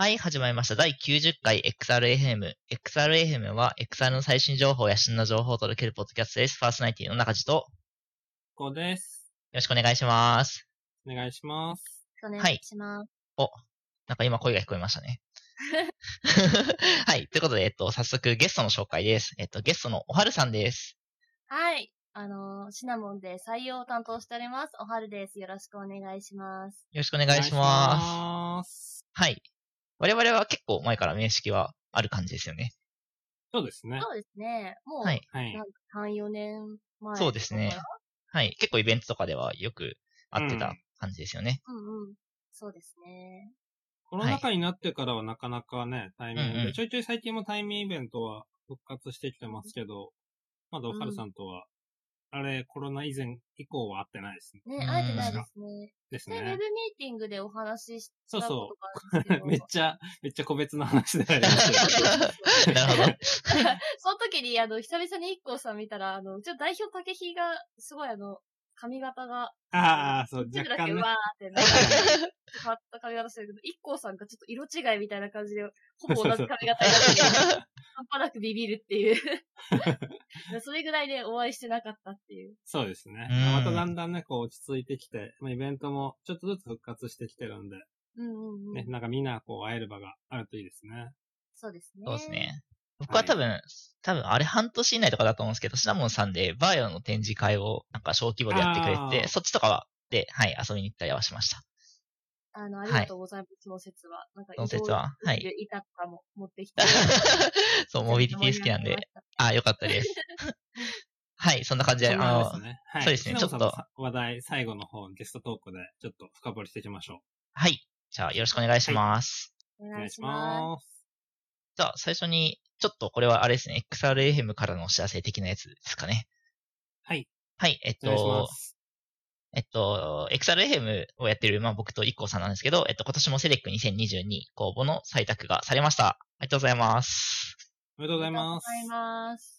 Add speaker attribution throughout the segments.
Speaker 1: はい、始まりました。第90回 XRFM。XRFM は XR の最新情報や旬の情報を届けるポッドキャストです。パーソナリティの中地と、よ
Speaker 2: こうです。
Speaker 1: ろしくお願いします。
Speaker 2: お願いします。
Speaker 3: お願
Speaker 1: はい
Speaker 3: いします。
Speaker 1: なんか今声が聞こえましたね。はい、ということで、えっと、早速ゲストの紹介です。えっと、ゲストのおはるさんです。
Speaker 3: はい。あのー、シナモンで採用を担当しております。おはるです。よろしくお願いします。
Speaker 1: よろしくお
Speaker 2: お
Speaker 1: 願いします。
Speaker 2: す。
Speaker 1: はい。我々は結構前から面識はある感じですよね。
Speaker 2: そうですね。
Speaker 3: そうですね。もう、
Speaker 1: はい。
Speaker 2: はい。
Speaker 3: 3、4年前。
Speaker 1: そうですね。はい。結構イベントとかではよく会って
Speaker 2: う
Speaker 1: た
Speaker 2: ん
Speaker 1: 感じですよね。
Speaker 3: うんうん。そうですね。
Speaker 2: コロナ禍になってからはなかなかね、対面で、
Speaker 1: うんうん
Speaker 2: ちょいちょい最近も対面イベントは復活してきてますけど、まだおはるさんとは、あれ、コロナ以前以降は会ってないですね。
Speaker 1: う
Speaker 3: ね、
Speaker 1: ん
Speaker 3: 会えてないですね。
Speaker 2: です
Speaker 3: ね、ウェブミ
Speaker 2: ね
Speaker 3: ー。ティングでお話しし
Speaker 2: そう
Speaker 3: た
Speaker 2: そう
Speaker 3: ことがあるん
Speaker 2: め
Speaker 3: です けど。
Speaker 2: っちゃ、めっちゃ個別の話であり ましたよ
Speaker 1: なるほど。
Speaker 3: その時に、あの、久々に IKKO さん見たら、あの、うちの代表竹ひが、すごいあの、髪型が、
Speaker 2: ああ、そう、
Speaker 3: 一部
Speaker 2: 若
Speaker 3: だ
Speaker 2: 干
Speaker 3: けう
Speaker 2: ね。
Speaker 3: わーってな変わった髪型してるけど、一光さんがちょっと色違いみたいな感じで、ほぼ同じ髪型になって、半端なくビビるって いう。それぐらいでお会いしてなかったっていう。
Speaker 2: そうですね。
Speaker 1: うん
Speaker 2: まただんだんね、こう落ち着いてきて、まあ、イベントもちょっとずつ復活してきてるんで、
Speaker 3: うんうんうん。
Speaker 2: ね、なんかみんなこう会える場があるといいですね。
Speaker 3: そうですね。
Speaker 1: そうです。ね。僕は多分、多分あれ半年以内とかだと思うんですけど、シナモンさんでバイオの展示会をなんか小規模でやってくれて
Speaker 2: あー
Speaker 1: て、そっちとかは、で、はい、遊びに行ったりはしました。
Speaker 3: あの、ありがとうございます、その説は。なんか、
Speaker 1: その説。は。はい。
Speaker 3: いたったも持ってきて。
Speaker 1: そう、モビリティ好きなんで。。あ、よかった です。はい、そんな感じで、
Speaker 2: そんな
Speaker 1: あ
Speaker 2: 感
Speaker 1: の
Speaker 2: じ、ねはい
Speaker 1: そうですね
Speaker 2: シナモンさん
Speaker 1: ちょ
Speaker 2: の話題、最後の方、ゲストトークで、ちょっと深掘りしていきましょ
Speaker 1: はい。じゃあ、よろしくお願いします。
Speaker 3: お
Speaker 2: う。お
Speaker 3: 願
Speaker 2: 願
Speaker 3: い
Speaker 2: いし
Speaker 3: しま
Speaker 2: ます。
Speaker 1: じゃあ、最初に、ちょっとこれはあれですね、XRFM からのお知らせ的なやつですかね。
Speaker 2: はい。
Speaker 1: はい、えっ
Speaker 2: お願いしま
Speaker 1: と、
Speaker 2: す。
Speaker 1: えっと、XRFM をやってる、まあ、僕と IKKO さんなんですけど、えっと、今年もセレック2022公募の採択がされました。ありがとうございます。
Speaker 2: おめでとうございます。
Speaker 3: ありがとうございます。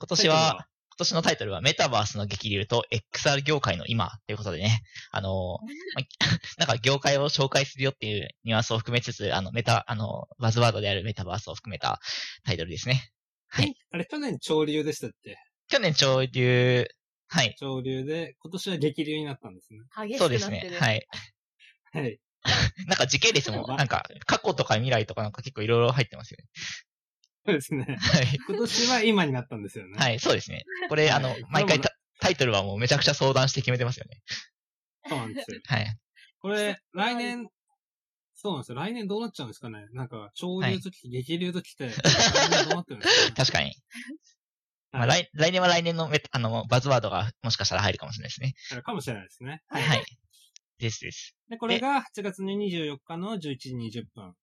Speaker 1: 今年
Speaker 2: タイ
Speaker 1: は、
Speaker 2: トル
Speaker 1: 今年のタイトルはメタバースの激流と XR 業界の今ということでね、あのー、まあ なんか業界を紹介するよっていうニュアンスを含めつつ、あの、メタ、あの、バズワードであるメタバースを含めたタイトルですね。はい。
Speaker 2: あれ、去年潮流でしたっけ
Speaker 1: 去年潮流、はい。
Speaker 2: 潮流で、今年は激流になったんですね。
Speaker 3: 激し
Speaker 1: そうで
Speaker 3: くな
Speaker 1: す
Speaker 3: って
Speaker 1: ね
Speaker 3: る。。。
Speaker 1: はいい。
Speaker 2: はい。
Speaker 1: なんか時系列も、なんか過去とか未来とかなんか結構いろいろ入ってますよね。
Speaker 2: そうですね。
Speaker 1: はい。
Speaker 2: 今年は今になったんですよね。
Speaker 1: はい、そうですね。これ、 あの
Speaker 2: はい、
Speaker 1: 毎回
Speaker 2: これも
Speaker 1: タタイトルはもうめちゃくちゃ相談して決めてますよね。
Speaker 2: そうなんですよ。
Speaker 1: はい。
Speaker 2: これ、来年、そうなんですよ。来年どうなっちゃうんですかねなんか、潮流ときて、激流ときて、来年どうなってる んですか、ね、
Speaker 1: 確かに。まあ、
Speaker 2: はい
Speaker 1: 来来年は来年のメあのバズワードがもしかしたら入るかもしれないですね。
Speaker 2: かもしれないですね。
Speaker 1: はい。ですです。
Speaker 2: で、これが8月の24日の11時20分。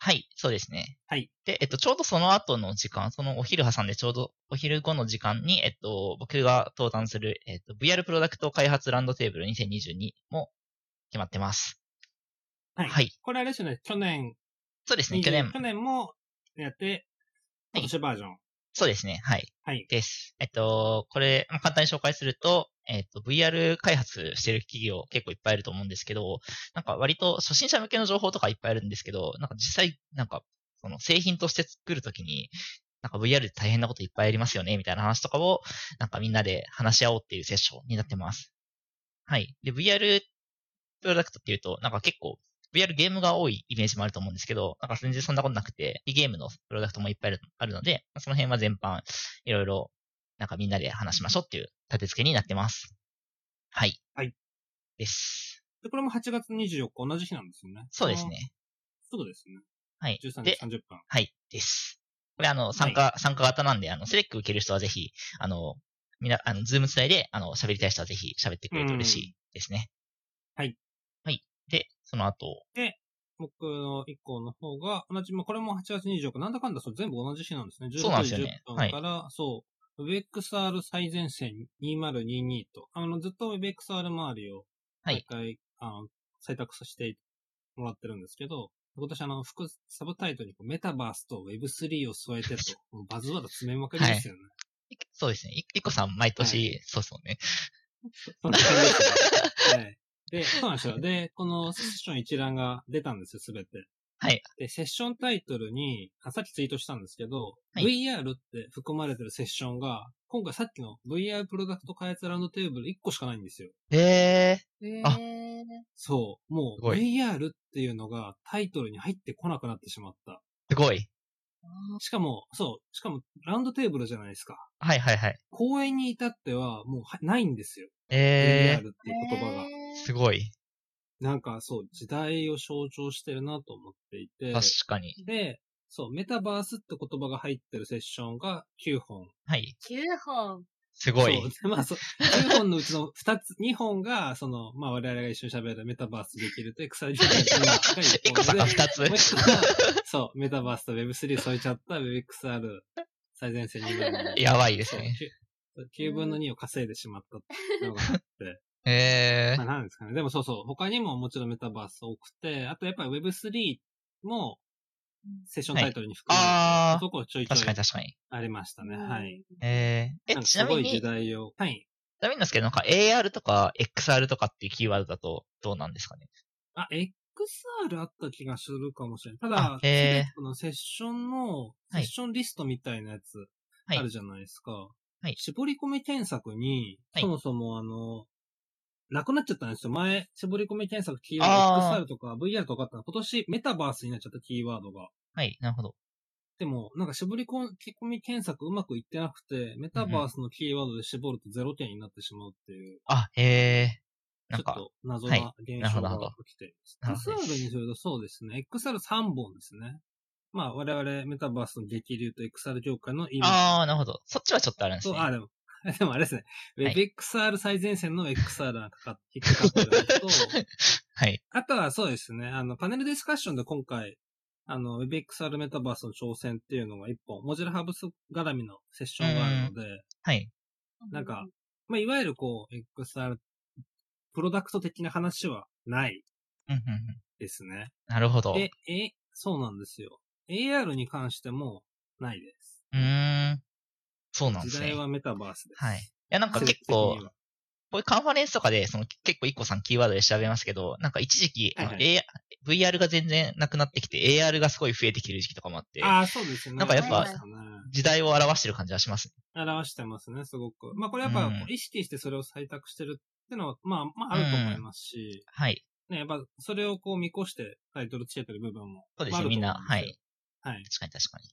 Speaker 1: はい、そうですね。
Speaker 2: はい。
Speaker 1: で、えっと、ちょうどその後の時間、そのお昼挟んでちょうどお昼後の時間に、えっと、僕が登壇する、えっと、VR プロダクト開発ランドテーブル2022も決まってます。
Speaker 2: はい
Speaker 1: はい。
Speaker 2: これあれですよね、去年、
Speaker 1: そうですね、去年
Speaker 2: 去、年もやって、
Speaker 1: はい
Speaker 2: 今年バージョン。
Speaker 1: そうですね、はい。
Speaker 2: はい。
Speaker 1: です。えっと、これ、まあ簡単に紹介すると、えっと、VR 開発してる企業結構いっぱいいると思うんですけど、なんか割と初心者向けの情報とかいっぱいあるんですけど、なんか実際、なんか、その製品として作るときに、なんか VR で大変なこといっぱいありますよね、みたいな話とかを、なんかみんなで話し合おうっていうセッションになってます。はい。で、VR プロダクトっていうと、なんか結構 VR ゲームが多いイメージもあると思うんですけど、なんか全然そんなことなくて、ゲームのプロダクトもいっぱいあるあるので、まあその辺は全般、いろいろ、なんかみんなで話しましょうっていう立て付けになってます。はい。
Speaker 2: はい。
Speaker 1: です。
Speaker 2: で、これも8月24日同じ日なんですよね。
Speaker 1: そうですね。
Speaker 2: あの。すぐですね。
Speaker 1: はい。
Speaker 2: 13時
Speaker 1: で、
Speaker 2: 30分。
Speaker 1: はい。です。これあの、参加、参加型なんで、あの、セレック受ける人はぜひ、あの、みな、あの、ズームつないで、あの、喋りたい人はぜひ喋ってくれると嬉しいですね。
Speaker 2: うんはい。
Speaker 1: はい。で、その後、
Speaker 2: 僕の1個の方が、同じ、まあ、これも8月24日、なんだかんだそう、全部同じ日なんですね。
Speaker 1: そうなん
Speaker 2: 16
Speaker 1: です
Speaker 2: 時
Speaker 1: よ
Speaker 2: 10
Speaker 1: ね
Speaker 2: 分
Speaker 1: はい
Speaker 2: から、そう、WebXR 最前線2022と、あの、ずっと WebXR 周りを、
Speaker 1: はい
Speaker 2: 毎回、あの、採択させてもらってるんですけど、今年あの、副、サブタイトルにこうメタバースと Web3 を添えてと、もうバズワード詰めまくりですよね。
Speaker 1: いそうですね。いいっこさん毎年、そうそうね。
Speaker 2: そんな感じ ですねはい。で、そうなんですよ。で、このセッション一覧が出たんですよ、すべて。
Speaker 1: はい。
Speaker 2: で、セッションタイトルに、あさっきツイートしたんですけど、
Speaker 1: はい
Speaker 2: VR って含まれてるセッションが、今回さっきの VR プロダクト開発ラウンドテーブル1個しかないんですよ。
Speaker 1: え
Speaker 3: へ
Speaker 1: あ
Speaker 3: ー
Speaker 2: そう。も
Speaker 1: す
Speaker 2: う
Speaker 1: ごい
Speaker 2: VR っていうのがタイトルに入ってこなくなってしまった。
Speaker 1: ー、すごい。
Speaker 3: あ
Speaker 2: しかも、そう。しかも、ラウンドテーブルじゃないですか。
Speaker 1: はいはいはい。
Speaker 2: 公演に至っては、もうはないんですよ。
Speaker 1: え
Speaker 2: VR っていう
Speaker 3: ー
Speaker 2: 言葉が
Speaker 3: へ。
Speaker 1: ー、
Speaker 3: ー
Speaker 1: すごい。
Speaker 2: なんかそう、時代を象徴してるなと思っていて。
Speaker 1: 確かに。
Speaker 2: で、そう、メタバースって言葉が入ってるセッションが9本。
Speaker 1: はい。
Speaker 3: 9本。
Speaker 1: すごい
Speaker 2: そう。。でまあ、そう、9本のうちの2つ、2本 が、その、まあ我々が一緒に喋るメタバースできるとエクサイティングが
Speaker 1: 一
Speaker 2: 1
Speaker 1: 個
Speaker 2: 本
Speaker 1: さん
Speaker 2: で
Speaker 1: が、二つ
Speaker 2: もう。一個が、そう、メタバースと Web3 添えちゃった WebXR 最前線に今の。
Speaker 1: やばいです
Speaker 2: そう
Speaker 1: ね。
Speaker 2: 9分の2を稼いでしまったっていうのがあって。
Speaker 1: え
Speaker 2: ま
Speaker 1: ー
Speaker 2: あ、、なんですかね。でもそうそう。他にももちろんメタバース多くて、あとやっぱり Web3 もセッションタイトルに含ま
Speaker 1: はいあー
Speaker 2: れてるところちょいちょい
Speaker 1: 確かに確かに。
Speaker 2: ありましたね。はい。。
Speaker 1: えー、
Speaker 2: な
Speaker 1: え、
Speaker 2: んか
Speaker 1: ち
Speaker 2: す
Speaker 1: なみ
Speaker 2: ごい
Speaker 1: に、
Speaker 2: 時
Speaker 1: ちな
Speaker 2: 代を。はい。
Speaker 1: みになんですけど、なんか AR とか XR とかっていうキーワードだとどうなんですかね。
Speaker 2: あ、XR あった気がするかもしれない。た
Speaker 1: あ
Speaker 2: だ、
Speaker 1: えー
Speaker 2: すべてのセッションの、
Speaker 1: い
Speaker 2: セッションリストみたいなやつ、
Speaker 1: はい
Speaker 2: あるじゃないですか。
Speaker 1: はい
Speaker 2: 絞り込み検索に、
Speaker 1: はい
Speaker 2: そもそもあの、なくなっちゃったんですよ。前、絞り込み検索キー
Speaker 1: あ
Speaker 2: ワ
Speaker 1: ー
Speaker 2: ード、XR とか VR とかあったの今年メタバースになっちゃったキーワードが。
Speaker 1: はい、なるほど。
Speaker 2: でも、なんか絞り込み検索うまくいってなくて、メタバースのキーワードで絞ると0点になってしまうっていう、
Speaker 1: あ、えー、なん
Speaker 2: ちょっ
Speaker 1: か、
Speaker 2: と謎
Speaker 1: は
Speaker 2: な現象
Speaker 1: なるほ
Speaker 2: が
Speaker 1: ど
Speaker 2: 起きてい
Speaker 1: な
Speaker 2: ま
Speaker 1: る
Speaker 2: す。
Speaker 1: ほど
Speaker 2: XR にするとそうですね。XR3 本ですね。まあ、我々メタバースの激流と XR 業界の意味
Speaker 1: あー、なるほど。そっちはちょっとあるんです
Speaker 2: と、
Speaker 1: ね。
Speaker 2: あ、でも、 でもあれですね。
Speaker 1: はい
Speaker 2: WebXR 最前線の XR がかかっ引っかかってるのと、
Speaker 1: はい。
Speaker 2: あとはそうですね、あの、パネルディスカッションで今回、あの、WebXR メタバースの挑戦っていうのが一本、モジュラハブス絡みのセッションがあるので、
Speaker 1: はい。
Speaker 2: なんか、まあ、いわゆるこう、XR、プロダクト的な話はない
Speaker 1: うんうんうん。
Speaker 2: ですね。
Speaker 1: なるほど。
Speaker 2: え、え、そうなんですよ。AR に関してもないです。
Speaker 1: うーん。そうなんで
Speaker 2: 時
Speaker 1: す
Speaker 2: 代
Speaker 1: ね。
Speaker 2: はメタバースです。
Speaker 1: はい。いや、なんか結
Speaker 2: 世界
Speaker 1: 構
Speaker 2: 的に、は
Speaker 1: こういうカンファレンスとかで、その結構一個さんキーワードで調べますけど、なんか一時期、
Speaker 2: はいはい
Speaker 1: あの A- VR が全然なくなってきて、AR がすごい増えてきてる時期とかもあって、
Speaker 2: ああ、そうですね。
Speaker 1: なんかやっぱ
Speaker 2: ありましたね
Speaker 1: 時代を表してる感じはしますね。
Speaker 2: 表してますね、すごく。まあ、これやっぱ、こ
Speaker 1: うん
Speaker 2: う意識してそれを採択してるってのは、まあ、まあ、あると思いますし、
Speaker 1: はい。
Speaker 2: ね、やっぱ、それをこう見越してタイトルつけてる部分も。
Speaker 1: そうです
Speaker 2: まああ
Speaker 1: ね、
Speaker 2: ると
Speaker 1: みん
Speaker 2: 思
Speaker 1: な。
Speaker 2: うです
Speaker 1: は
Speaker 2: よ
Speaker 1: い。
Speaker 2: はい。
Speaker 1: 確かに確かに。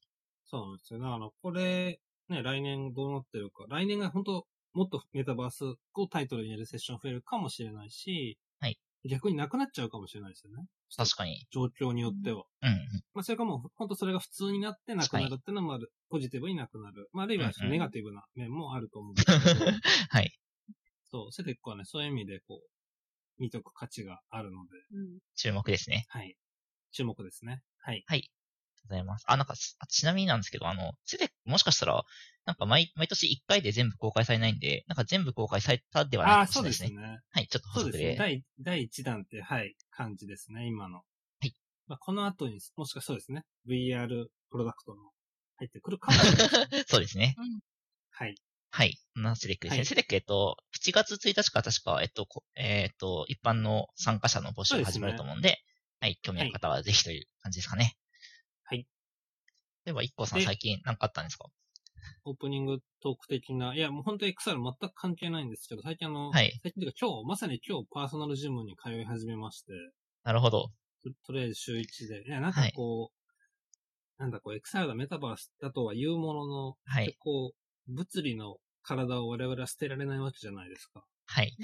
Speaker 2: そうなんですよ。だから、これ、ね、来年どうなってるか。来年が本当もっとメタバースをタイトルにやるセッション増えるかもしれないし、
Speaker 1: はい
Speaker 2: 逆になくなっちゃうかもしれないですよね。
Speaker 1: 確かに。
Speaker 2: 状況によっては。
Speaker 1: うんうん。
Speaker 2: まあ、それかもう、本当それが普通になってなくなるっていうのもある。ポジティブになくなる。まあ、あるいは
Speaker 1: うんうん
Speaker 2: ネガティブな面もあると思うんですけ ど、
Speaker 1: はい。
Speaker 2: そう、セテックはね、そういう意味で、こう、見とく価値があるので、
Speaker 3: うん
Speaker 1: 注目ですね。
Speaker 2: はい。注目ですね。はい。
Speaker 1: はい。ありがとうございます。あ、なんかす、あちなみになんですけど、あの、セテックもしかしたら、なんか毎、毎年1回で全部公開されないんで、なんか全部公開されたではない
Speaker 2: あ
Speaker 1: か
Speaker 2: あ
Speaker 1: も
Speaker 2: ー、
Speaker 1: しれないです
Speaker 2: そうです
Speaker 1: ね。
Speaker 2: ね。
Speaker 1: はい、ちょっと補
Speaker 2: そう
Speaker 1: 足
Speaker 2: です
Speaker 1: で。。
Speaker 2: ね。第、第1弾って、はい、感じですね、今の。はいまあ、この後に、もしかそうですね、VR プロダクトも入ってくるかもしれない。
Speaker 1: そうですね。
Speaker 2: はい。
Speaker 1: はい。こんなセレックですね。
Speaker 2: はい
Speaker 1: セレック、えっと、7月1日から確か、えっと、こえっと、一般の参加者の募集
Speaker 2: そう
Speaker 1: が
Speaker 2: です
Speaker 1: 始
Speaker 2: ね
Speaker 1: まると思うんで、はい、興味ある方はぜひという感じですかね。
Speaker 2: はい。
Speaker 1: では、一個さん
Speaker 2: で
Speaker 1: 最近何かあったんですか
Speaker 2: オープニングトーク的な、いや、もう本当 XR 全く関係ないんですけど、最近あの、
Speaker 1: はい
Speaker 2: 最近というか今日、まさに今日パーソナルジムに通い始めまして、
Speaker 1: なるほど。
Speaker 2: ととりあえず週1で、いや、なんかこう、なんだこう、XR だメタバースだとは言うものの、
Speaker 1: はい。
Speaker 2: こう、物理の体を我々は捨てられないわけじゃないですか。
Speaker 1: はい。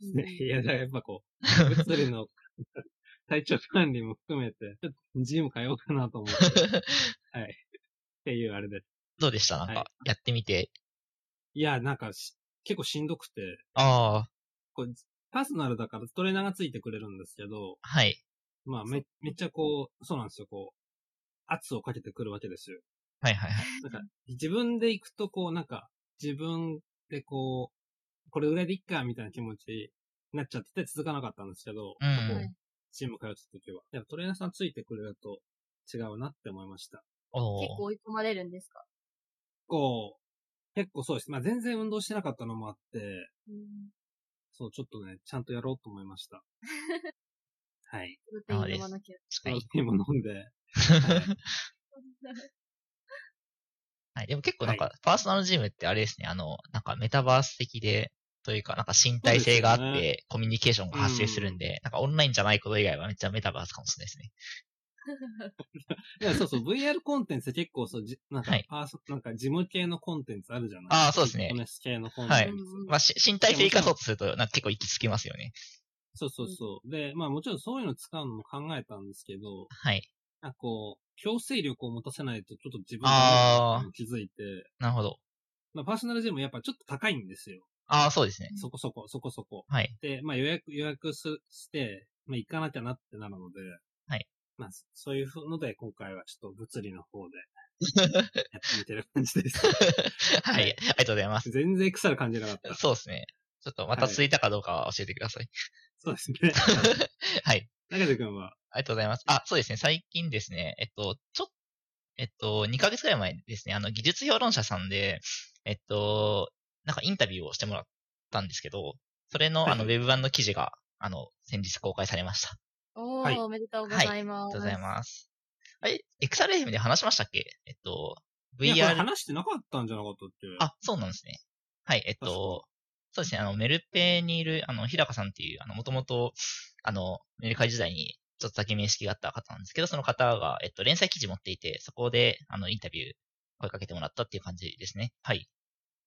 Speaker 3: うん
Speaker 2: ね、いや、だからやっぱこう、物理の 体調管理も含めて、ちょっとジム通おうかなと思って、っていうあれで。
Speaker 1: どうでしたなん
Speaker 2: は
Speaker 1: か、やってみて。
Speaker 2: いや、なんかし、結構しんどくて、
Speaker 1: ああ、
Speaker 2: こう、パーソナルだからトレーナーがついてくれるんですけど、
Speaker 1: はい。
Speaker 2: まあめ、めっちゃこう、そうなんですよ、こう、圧をかけてくるわけですよ。
Speaker 1: はいはいはい。
Speaker 2: なんか、自分で行くとこう、なんか、自分でこう、これぐらいでいっか、みたいな気持ちになっちゃってて続かなかったんですけど、
Speaker 1: うん
Speaker 2: こうチーム通ってた時は。やっぱトレーナーさんついてくれると違うなって思いました。
Speaker 1: お
Speaker 3: 結
Speaker 1: お。
Speaker 3: 構追い込まれるんですか
Speaker 2: こう、結構そうです。まあ全然運動してなかったのもあって、
Speaker 3: うん
Speaker 2: そう、ちょっとね、ちゃんとやろうと思いました。はい。
Speaker 3: プロテイン飲まなきゃ。
Speaker 2: プロ
Speaker 1: い。
Speaker 2: テインも飲んで、
Speaker 1: はい。でも結構なんか、パーソナルジムってあれですね、あの、なんかメタバース的で、というか、なんか身体性があ
Speaker 2: そう
Speaker 1: っ
Speaker 2: ですよ
Speaker 1: て、コミュニケーションが発生するんで、なんかオンラインじゃないこと以外はめっちゃメタバースかもしれないです ね。
Speaker 2: いや、そうそう、VR コンテンツって結構そう、じなんか
Speaker 1: はい、
Speaker 2: パーソ、なんか、事務系のコンテンツあるじゃない
Speaker 1: あーそうですね
Speaker 2: フィットネス系のコンテン
Speaker 1: は
Speaker 2: ツ。
Speaker 1: いまあ、し身体性生かそうとすると、なんか結構行き着きますよね。
Speaker 2: そうそうそう。で、まあもちろんそういうの使うのも考えたんですけど、
Speaker 1: はい。
Speaker 2: なんかこう、強制力を持たせないとちょっと自分
Speaker 1: あー
Speaker 2: に気づいて、
Speaker 1: なるほど。
Speaker 2: まあパーソナルジムやっぱちょっと高いんですよ。
Speaker 1: ああ、そうですね。
Speaker 2: そこそこ、そこそこ。
Speaker 1: はい。
Speaker 2: で、まあ予約、予約すして、まあ行かなきゃなってなるので、
Speaker 1: はい。
Speaker 2: まあそういうので今回はちょっと物理の方で やってみてる感じです。
Speaker 1: はい。ありがとうございます。
Speaker 2: 全然腐る感じなかった。
Speaker 1: そうですね。ちょっとまた続いたかどうかは教えてください。
Speaker 2: そうですね。
Speaker 1: はい。
Speaker 2: 中瀬く んは、
Speaker 1: ありがとうございます。あ、そうですね。最近ですね、えっと、ちょっえっと、2ヶ月くらい前にですね、あの、技術評論者さんで、えっと、なんかインタビューをしてもらったんですけど、それの、
Speaker 2: はい
Speaker 1: あの、ウェブ版の記事が、あの、先日公開されました。あ
Speaker 3: おー、
Speaker 2: はい
Speaker 3: おめでとうございま
Speaker 1: りが
Speaker 3: す。
Speaker 1: とうございます。あれ、XRFM で話しましたっけえっと、
Speaker 2: いやこ
Speaker 1: VR
Speaker 2: れ話してなかったんじゃなかったっけ
Speaker 1: あ、そうなんですね。はい、えっ
Speaker 2: 確か
Speaker 1: と、そうですね、あの、メルペにいる、あの、日高さんっていう、あの、もともと、あの、メルカリ時代に、ちょっとだけ面識があった方なんですけど、その方が、えっと、連載記事持っていて、そこで、あの、インタビュー、声かけてもらったっていう感じですね。はい。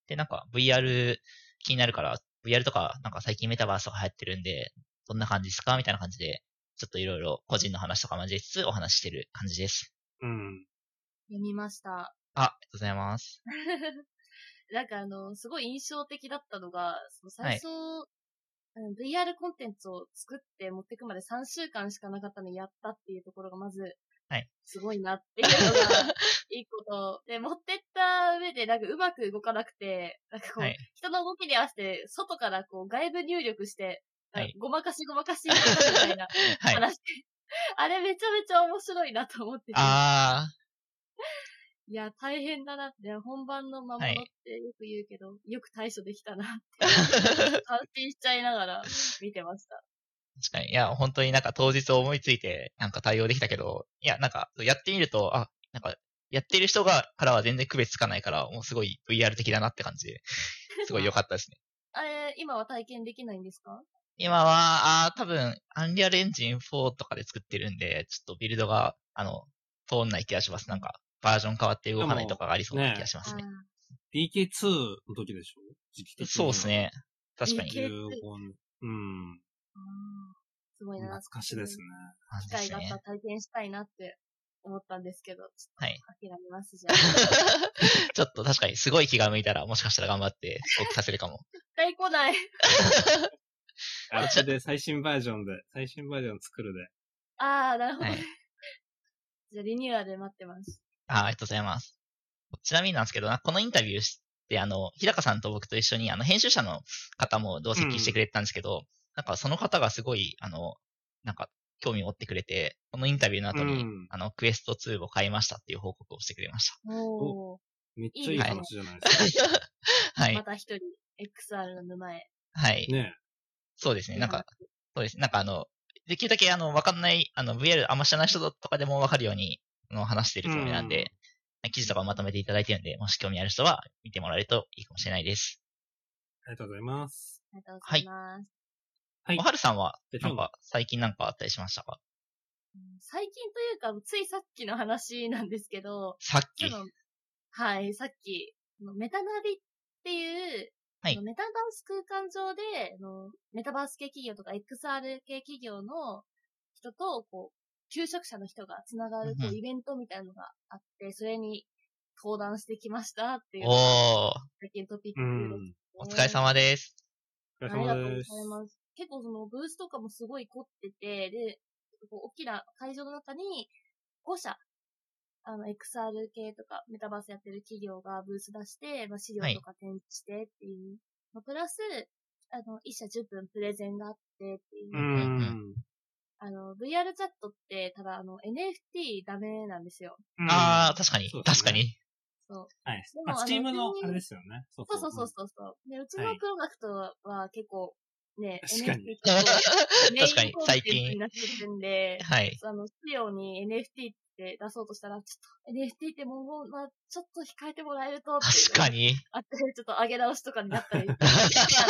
Speaker 1: で、なんか、VR 気になるから、VR とか、なんか最近メタバースとか流行ってるんで、どんな感じですかみたいな感じで、ちょっといろいろ個人の話とか交えつつお話ししてる感じです。
Speaker 2: うん。
Speaker 3: 読みました。
Speaker 1: あ、ありがとうござい ます。
Speaker 3: なんかあの、すごい印象的だったのが、その
Speaker 1: は
Speaker 3: 最
Speaker 1: い
Speaker 3: 初、うん VR コンテンツを作って持ってくまで3週間しかなかったのにやったっていうところがまず、
Speaker 1: はい
Speaker 3: すごいなっていうのが、 いいこと。で、持ってった上で、なんかうまく動かなくて、なんかこう、
Speaker 1: はい
Speaker 3: 人の動きに合わせて、外からこう、外部入力して、なん
Speaker 1: は
Speaker 3: か
Speaker 1: い
Speaker 3: ごまかしごまかしみたいな
Speaker 1: はい。
Speaker 3: 話。 あれめちゃめちゃ面白いなと思ってて。
Speaker 1: あー、
Speaker 3: いや、大変だなって、本番の魔物っ
Speaker 1: はい
Speaker 3: てよく言うけど、よく対処できたなって、感心しちゃいながら見てました。
Speaker 1: 確かに。いや、本当になんか当日思いついて、なんか対応できたけど、いや、なんか、やってみると、あ、なんか、やってる人が、からは全然区別つかないから、もうすごい VR 的だなって感じで、すごい良かったですね。
Speaker 3: あれ、今は体験できないんですか
Speaker 1: 今は、あー多分、アンリアルエンジン4とかで作ってるんで、ちょっとビルドが、あの、通んない気がします。なんか、バージョン変わって動かないとかがありそうな気がしますね。
Speaker 2: DK2 の時でしょ時期的には
Speaker 1: そうですね。確かに。
Speaker 3: DK
Speaker 2: 15うん。
Speaker 3: あーすごいな。
Speaker 2: 懐かしいですね。
Speaker 1: 感じ
Speaker 3: 機
Speaker 1: で
Speaker 3: 会
Speaker 1: す
Speaker 3: があった
Speaker 1: ね
Speaker 3: ら。体験したいなって思ったんですけど、ちょっ
Speaker 1: はい
Speaker 3: と諦めますじゃあ。絶
Speaker 1: ちょっと確かに、すごい気が向いたら、もしかしたら頑張って、遅刻させるかも。
Speaker 3: 対来ない。
Speaker 2: あっちで最新バージョンで、最新バージョン作るで。
Speaker 3: あー、なるほど。
Speaker 1: はい
Speaker 3: じゃあ、リニューアル待ってます。
Speaker 1: あありがとうございます。ちなみになんですけど、なこのインタビューして、あの、日高さんと僕と一緒に、あの、編集者の方も同席してくれてたんですけど、なんかその方がすごい、あの、なんか、興味を持ってくれて、このインタビューの後に、
Speaker 2: うん
Speaker 1: あの、クエスト2を買いましたっていう報告をしてくれまし
Speaker 3: おー。
Speaker 2: めっちゃいい話じゃないですか。
Speaker 1: た。 はい
Speaker 3: ま。た一人、XR の沼へ。
Speaker 1: はい。
Speaker 2: ね
Speaker 1: そうですね。なんか、そうです。なんかあの、できるだけあの、わかんない、あの、VR あんま知らない人とかでもわかるように、あの、話してるつもりなんで、記事とかまとめていただいてるんで、もし興味ある人は見てもらえるといいかもしれないです。
Speaker 2: ありがとうございます。
Speaker 3: ありがとうございます。
Speaker 2: はい
Speaker 1: おはるさんは、
Speaker 2: で
Speaker 1: なんか、最近なんかあったりしましたか
Speaker 3: 最近というか、ついさっきの話なんですけど、
Speaker 1: さっき。
Speaker 3: そのはい、さっき、あのメタナビっていう、
Speaker 1: はい
Speaker 3: あのメタバース空間上であの、メタバース系企業とか XR 系企業の人と、こう、求職者の人がつながる
Speaker 1: う
Speaker 3: こ
Speaker 1: んう
Speaker 3: うんイベントみたいなのがあって、それに登壇してきましたっていう
Speaker 1: お
Speaker 3: のが
Speaker 1: ー、
Speaker 3: 最近トピッ
Speaker 2: う
Speaker 3: クですね
Speaker 2: ん。。
Speaker 1: お疲れ様です。
Speaker 2: お疲れ
Speaker 3: ありがとうご
Speaker 2: 様
Speaker 3: ざい
Speaker 2: です。
Speaker 3: ます。結構そのブースとかもすごい凝ってて、で、こう大きな会場の中に5社、あの、XR 系とかメタバースやってる企業がブース出して、まあ、資料とか展示してっていう。まあプラス、あの、1社10分プレゼンがあってっていう。
Speaker 2: うん。
Speaker 3: あの、VR チャットって、ただあの、NFT ダメなんですよ。
Speaker 1: あー、確かに、
Speaker 2: そうです
Speaker 1: 確
Speaker 2: ね
Speaker 1: かに。
Speaker 3: そう。
Speaker 2: はい
Speaker 3: で。も
Speaker 2: まあ、
Speaker 3: あの
Speaker 2: スチームの
Speaker 3: 全員
Speaker 2: あれですよね。そう
Speaker 3: そうそうそうそうそう。で、うち
Speaker 2: は
Speaker 3: の
Speaker 2: い
Speaker 3: 黒幕とは結構、ね、
Speaker 2: 確かに
Speaker 3: NFT とメイン
Speaker 1: 確かに
Speaker 3: コン
Speaker 1: 最
Speaker 3: テンツ
Speaker 1: 近
Speaker 3: になってるんで、
Speaker 1: はい。
Speaker 3: あの、資料に NFT って出そうとしたら、ちょっと NFT って文言はちょっと控えてもらえるとって、
Speaker 1: 確か に。
Speaker 3: あって、ちょっと上げ直しとかに なったり。まあ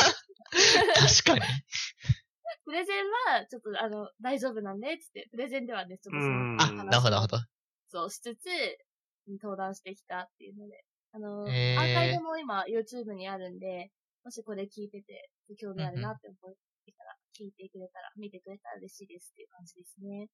Speaker 1: 確かに。
Speaker 3: プレゼンは、ちょっとあの、大丈夫なんで、つって、プレゼンではね、ちょっとそ
Speaker 2: うん
Speaker 3: の
Speaker 1: あ、なるほど、なるほど。
Speaker 3: そうしつつ、登壇してきたっていうので。あの、
Speaker 1: へー
Speaker 3: アーカイブも今 YouTube にあるんで、もしこれ聞いてて、興味あるなって思ってきたら、聞いてくれたら、見てくれたら嬉しいですっていう感じですね。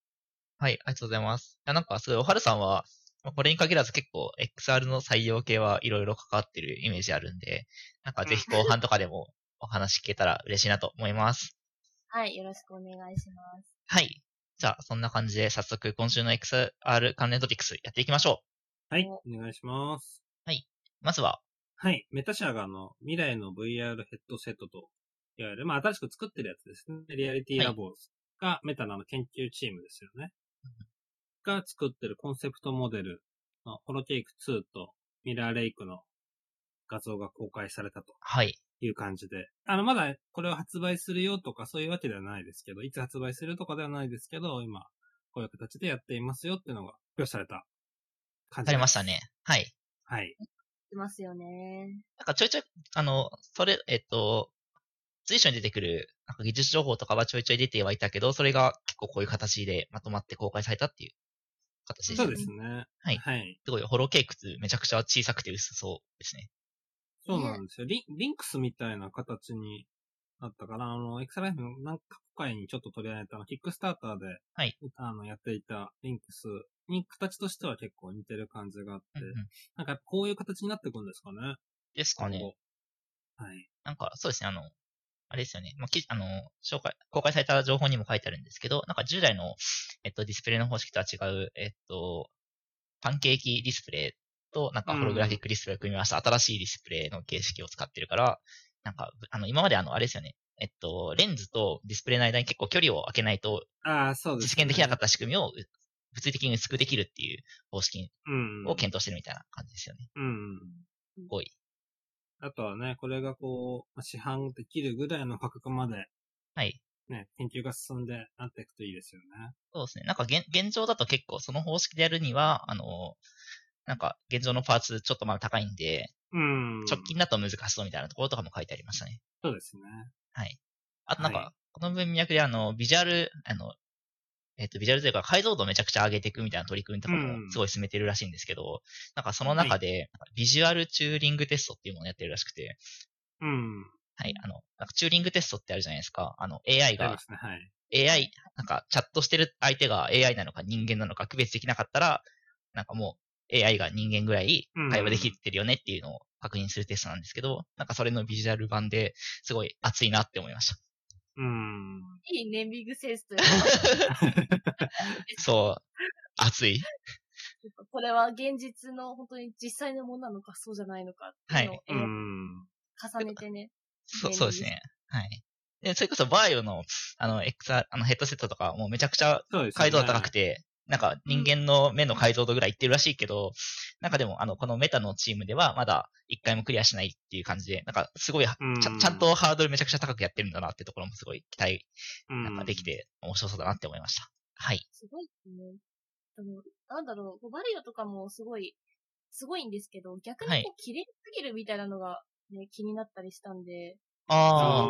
Speaker 1: はい、ありがとうございます。いやなんかすごい、おはるさんは、まあこれに限らず結構 XR の採用系はいろいろ関わってるイメージあるんで、なんかぜひ後半とかでもお話聞けたら嬉しいなと思います。
Speaker 3: はい、よろしくお願いします。
Speaker 1: はい。じゃあ、そんな感じで早速今週の XR 関連トピックスやっていきましょ
Speaker 2: はい、お願いします。
Speaker 1: う。まずは、
Speaker 2: はい、メタ社があの、未来の VR ヘッドセットと、いわゆる、まあ、新しく作ってるやつですね。リアリティラボが、メタのあの研究チームですよね。が作ってるコンセプトモデルの、ホロケイク2とミラーレイクの画像が公開されたと
Speaker 1: はい。
Speaker 2: いう感じで。あの、まだこれを発売するよとかそういうわけではないですけど、いつ発売するとかではないですけど、今、こういう形でやっていますよっていうのが発表された感
Speaker 1: わ
Speaker 2: じです
Speaker 1: かりました。ね。はい。
Speaker 2: はい。
Speaker 3: います よね。
Speaker 1: なんかちょいちょい、あの、それ、えっと、随所に出てくる、なんか技術情報とかはちょいちょい出てはいたけど、それが結構こういう形でまとまって公開されたっていう形です
Speaker 2: そ
Speaker 1: ね
Speaker 2: うですね。
Speaker 1: はい
Speaker 2: はい。
Speaker 1: すごい、ホロケイクスめちゃくちゃ小さくて薄そうですね。
Speaker 2: そうなんですよ。リンリンクスみたいな形になったかな。あの、エクサライフのなんか過去回にちょっと取り上げたあの、キックスターターで、
Speaker 1: はい
Speaker 2: あの、やっていたリンクスに形としては結構似てる感じがあって、
Speaker 1: うんうん
Speaker 2: なんかやっぱこういう形になってくんですかね。
Speaker 1: ですかね。
Speaker 2: 今後。はい。
Speaker 1: なんか、そうですね、あの、あれですよね。まあ、記事あの、紹介、公開された情報にも書いてあるんですけど、なんか従来の、えっと、ディスプレイの方式とは違う、えっと、パンケーキディスプレイと、なんか、ホログラフィックディスプレイを組み合わせた新しいディスプレイの形式を使ってるから、なんか、あの、今まであの、あれですよね。えっと、レンズとディスプレイの間に結構距離を空けないと
Speaker 2: ああ、そうです、
Speaker 1: 実現できなか
Speaker 2: っ
Speaker 1: った仕組みを物理的に薄くできるっていう方式
Speaker 2: た。うん。
Speaker 1: を検討してるみたいな感じですよね。
Speaker 2: うん。
Speaker 1: すごい。
Speaker 2: あとはね、これがこう、まあ市販できるぐらいの価格まで、
Speaker 1: はい。
Speaker 2: ね、研究が進んでなっていくといいですよね。
Speaker 1: そうですね。なんか現現状だと結構その方式でやるには、あの、なんか現状のパーツちょっとまだ高いんで、
Speaker 2: うん。
Speaker 1: 直近だと難しそうみたいなところとかも書いてありましたね。
Speaker 2: そうですね。
Speaker 1: はい。あとなん
Speaker 2: は
Speaker 1: か、この文脈であの、ビジュアル、あの、えっと、ビジュアルというか解像度をめちゃくちゃ上げていくみたいな取り組みとか
Speaker 2: う
Speaker 1: も
Speaker 2: ん
Speaker 1: すごい進めてるらしいんですけど、なんかその中で、なんかビジュアルチューリングテストっていうものをやってるらしくて、
Speaker 2: うん。
Speaker 1: はい、あの、なんかチューリングテストってあるじゃないですか。あの、AI
Speaker 2: そう
Speaker 1: が
Speaker 2: で、すね、はい。
Speaker 1: AI、なんかチャットしてる相手が AI なのか人間なのか区別できなかったら、なんかもう AI が人間ぐらい会話できてるよねっていうのを確認するテストなんですけど、なんかそれのビジュアル版ですごい熱いなって思いました。
Speaker 2: うん。
Speaker 3: いいネーミングセンスという
Speaker 1: そう。熱い。
Speaker 3: か、これは現実の本当に実際のものなのかそうじゃないのかっていうのを、
Speaker 2: う
Speaker 3: えー
Speaker 2: ん。
Speaker 3: 重ねてね。
Speaker 1: そ
Speaker 3: 便利で
Speaker 1: う、
Speaker 3: す
Speaker 1: そうですね。はい。で、それこそバイオの、あの、XR、あの、ヘッドセットとか、もうめちゃくちゃ
Speaker 2: そうですね。
Speaker 1: 解像度高くて、なんか人間の目の解像度ぐらいいってるらしいけど、なんかでも、あの、このメタのチームではまだ一回もクリアしないっていう感じで、なんかすごいは、
Speaker 2: うん
Speaker 1: ちゃちゃんとハードルめちゃくちゃ高くやってるんだなってところもすごい期待、
Speaker 2: うん、
Speaker 1: なんかできて面白そうだなって思いました。はい。
Speaker 3: すごいですね。あの、なんだろうこう、バリオとかもすごい、すごいんですけど、逆
Speaker 1: はい
Speaker 3: にこう、綺麗すぎるみたいなのが、ね、気になったりしたんで、
Speaker 2: あ
Speaker 1: あ
Speaker 2: ー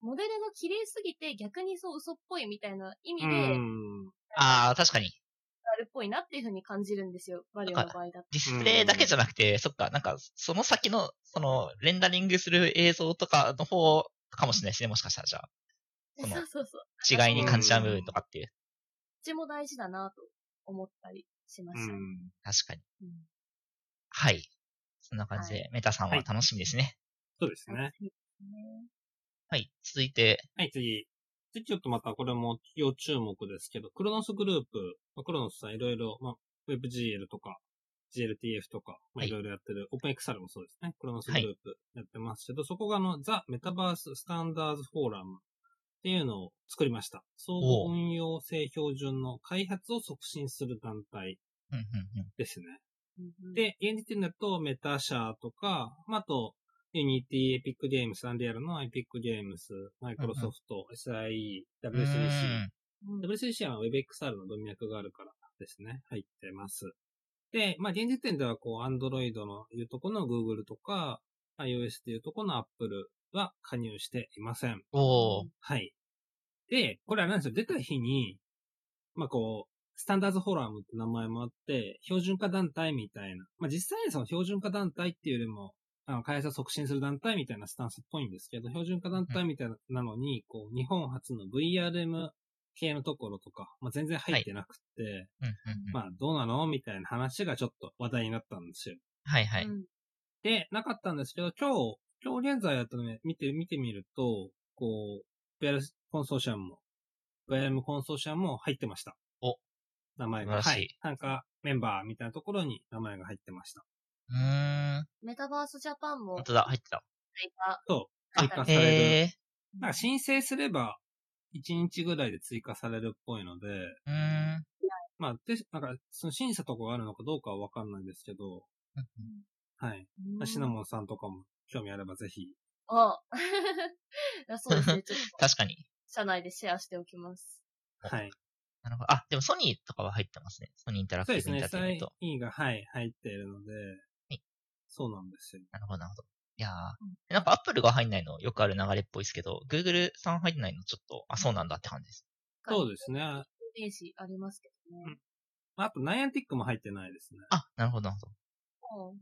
Speaker 3: モデルが綺麗すぎて逆にそう嘘っぽいみたいな意味
Speaker 2: う
Speaker 3: で、あ
Speaker 2: ん。
Speaker 1: あ、ああ、確かに。
Speaker 3: るっぽいなっていうふうに感じるんですよ、バリオの場合だと。
Speaker 1: ディスプレイだけじゃなくて、そっか、なんか、その先の、その、レンダリングする映像とかの方かもしれないですね、もしかしたらじゃそ
Speaker 3: そ
Speaker 1: うう
Speaker 3: そうそう。
Speaker 1: あ。違いに感じちゃう部分とかっていう。
Speaker 3: どっちも大事だなと思ったりしま
Speaker 2: う
Speaker 3: した。
Speaker 2: ん。
Speaker 1: 確かに。
Speaker 3: うん
Speaker 1: はい。そんな感じで、メタさんは楽しみですね。
Speaker 2: そうですね。
Speaker 1: はい。続いて、
Speaker 2: はい、次。次ちょっとまたこれも要注目ですけど、クロノスグループ、まあ、クロノスさんいろいろ、まあ、WebGL とか、GLTF とか、ま
Speaker 1: は
Speaker 2: あ、
Speaker 1: い
Speaker 2: いろいろやってる、OpenXR もそうですね。クロノスグループやってますけど、そこがあの、ザ・メタバース・スタンダーズ・フォーラムっていうのを作りました。総合運用性標準の開発を促進する団体
Speaker 1: うんうんうん。
Speaker 2: ですね。
Speaker 3: うんうん
Speaker 2: で、現時点だとメタ社とか、まあ、あと、ユニティ、エピックゲームス、アンリアルのエピックゲームス、マイクロソフト、SIE、WCC。
Speaker 3: うん
Speaker 2: WCC は WebXR の文脈があるからですね、入ってます。で、まあ、現時点ではこう、Android のいうとこの Google とか、iOS というとこの Apple は加入していません。
Speaker 1: おー。
Speaker 2: はい。で、これはなんですよ。出た日に、まあ、こう、スタンダーズフォーラムって名前もあって、標準化団体みたいな。まあ、実際にその標準化団体っていうよりも、あの、開発を促進する団体みたいなスタンスっぽいんですけど、標準化団体みたいなのに、こう、日本初の VRM 系のところとか、まあ、全然入ってなくて、
Speaker 1: うんうんうん
Speaker 2: まあ、どうなのみたいな話がちょっと話題になったんですよ。
Speaker 1: はいはい。
Speaker 3: うん
Speaker 2: で、なかったんですけど、今日、今日現在だとね、見て、見てみると、こう、VRM コンソーシアムも、VRM コンソーシアムも入ってました。
Speaker 1: お
Speaker 2: 名前が。
Speaker 1: 素晴
Speaker 2: は
Speaker 1: らしい
Speaker 2: い。なんか、メンバーみたいなところに名前が入ってました。
Speaker 1: うーん。
Speaker 3: メタバースジャパンも
Speaker 1: 本当だ、入ってた。
Speaker 2: そう。
Speaker 3: あ
Speaker 2: 追加される。
Speaker 1: へ
Speaker 2: なんか申請すれば、1日ぐらいで追加されるっぽいので、
Speaker 1: ー。うーん。
Speaker 2: まあ、で、なんか、その審査とかがあるのかどうかはわかんないですけど、はい。まあシナ
Speaker 3: ン。
Speaker 2: モンさんとかも興味あればぜひ。
Speaker 3: あ そうですね。ちょっと、
Speaker 1: 確かに。
Speaker 3: 社内でシェアしておきます。
Speaker 2: はい。
Speaker 1: なるほど。あ、でもソニーとかは入ってますね。ソニーインタラク
Speaker 2: そう
Speaker 1: テ
Speaker 2: で
Speaker 1: ィ
Speaker 2: す
Speaker 1: ブイン
Speaker 2: ね
Speaker 1: ター。テインメント。
Speaker 2: SIE が、はい、入っているので、
Speaker 1: い
Speaker 2: そうなんですよ。
Speaker 1: なるほど、なるほど。いやー。なんかアップルが入んないのよくある流れっぽいですけど、Google さん入んないのちょっと、あ、そうなんだって感じです。
Speaker 2: そうですね。あ
Speaker 3: イメージありますけどね。
Speaker 2: あと、ナイアンティックも入ってないですね。
Speaker 1: あ、なるほど、なるほど。
Speaker 3: うん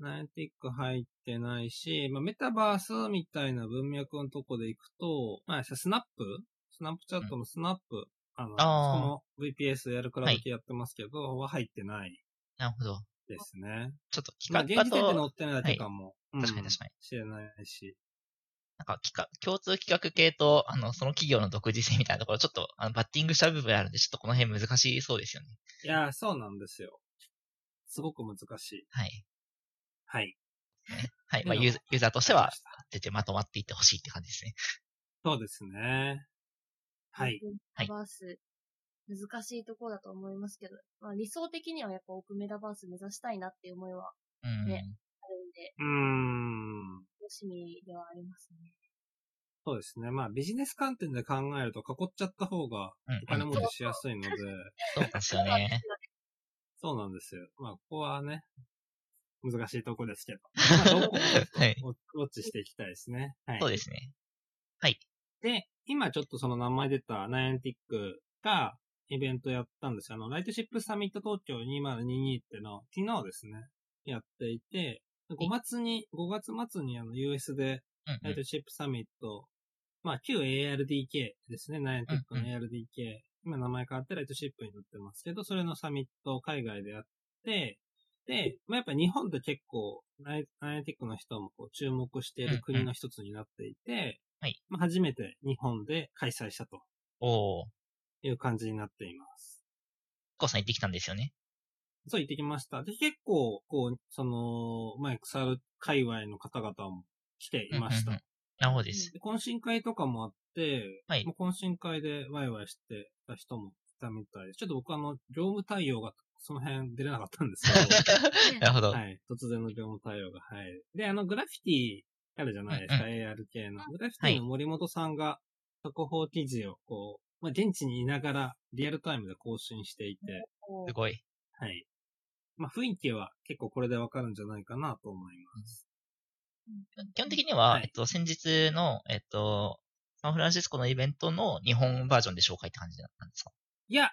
Speaker 2: ナイアンティック入ってないし、まあ、メタバースみたいな文脈のとこでいくと、まあ、スナップスナップチャットのスナップ、あの、
Speaker 1: あー
Speaker 2: この VPS やるクラブ系やってますけど、は入ってない
Speaker 1: なるほど。
Speaker 2: ですね。
Speaker 1: ちょっと
Speaker 2: まあ、
Speaker 1: 企
Speaker 2: 現
Speaker 1: 画
Speaker 2: 時
Speaker 1: 化
Speaker 2: 点で
Speaker 1: と、
Speaker 2: 載ってないだけかも。うん
Speaker 1: 確かに確かに。
Speaker 2: 知れないし。
Speaker 1: なんか企画、共通企画系と、あの、その企業の独自性みたいなところ、ちょっと、あの、バッティングした部分あるんで、ちょっとこの辺難しそうですよね。
Speaker 2: いやー、そうなんですよ。すごく難しい。
Speaker 1: はい。
Speaker 2: はい。
Speaker 1: はい。まあ、
Speaker 2: うん
Speaker 1: ユーザーユーザーとしては、出てまとまっていってほしいって感じですね。
Speaker 2: そうですね。はい。。
Speaker 1: はい
Speaker 3: メタバース、難しいところだと思いますけど、まあ理想的にはやっぱオープンメタバース目指したいなっていう思いは
Speaker 1: うん。
Speaker 3: ねあるんで、
Speaker 2: うーん。
Speaker 3: 楽しみではありますね。
Speaker 2: そうですね。まあ、ビジネス観点で考えると、囲っちゃった方が
Speaker 1: うん
Speaker 2: お
Speaker 1: う
Speaker 2: 金
Speaker 1: ん
Speaker 2: 持ちしやすいので、
Speaker 1: そうですよね。
Speaker 2: そうなんですよ。まあ、ここはね、難しいとこですけど。まあ、ど うこう
Speaker 1: はい。
Speaker 2: ウォウォッチしていきたいですね。はい。
Speaker 1: そうですね。
Speaker 2: で、今ちょっとその名前出たナイアンティックがイベントやったんですよ。あの、ライトシップサミット東京2022ってのを昨日ですね、やっていて、5月に、5月末にあの、US で
Speaker 1: うんう
Speaker 2: ライ
Speaker 1: ん。
Speaker 2: トシップサミット、まあ、旧 ARDK ですね。ナイアンティックの ARDK。今名前変わってライトシップになってますけど、それのサミットを海外でやって、で、まあ、やっぱ日本って結構、ナイナイアンティックの人もこう注目している国の一つになっていて、
Speaker 1: はい
Speaker 2: まあ、初めて日本で開催したと
Speaker 1: おー。
Speaker 2: いう感じになっています。
Speaker 1: コさん行ってきたんですよね。
Speaker 2: そう、行ってきました。で、結構、こう、その、まあ、XR 界隈の方々も来ていまし
Speaker 1: うん
Speaker 2: た
Speaker 1: うんうん。なるほどです。
Speaker 2: で懇親会とかもあって、
Speaker 1: はい
Speaker 2: もう懇親会でワイワイしてた人もいたみたいです。ちょっと僕あの、業務対応がその辺出れなかった んですけ
Speaker 1: なるほど。
Speaker 2: ど、
Speaker 1: はい。
Speaker 2: はい。突然の業務対応が、はい。で、あの、グラフィティあるじゃないですか、
Speaker 1: う
Speaker 2: AR 系の。グラフィティの森本さんが、速報記事をこう、まあ、現地にいながらリアルタイムで更新していて、
Speaker 3: こ
Speaker 1: すごい。
Speaker 2: はい。まあ、雰囲気は結構これでわかるんじゃないかなと思います。
Speaker 1: 基本的には、
Speaker 2: はい
Speaker 1: えっと、先日の、えっと、サンフランシスコのイベントの日本バージョンで紹介って感じだったんですか
Speaker 2: いや、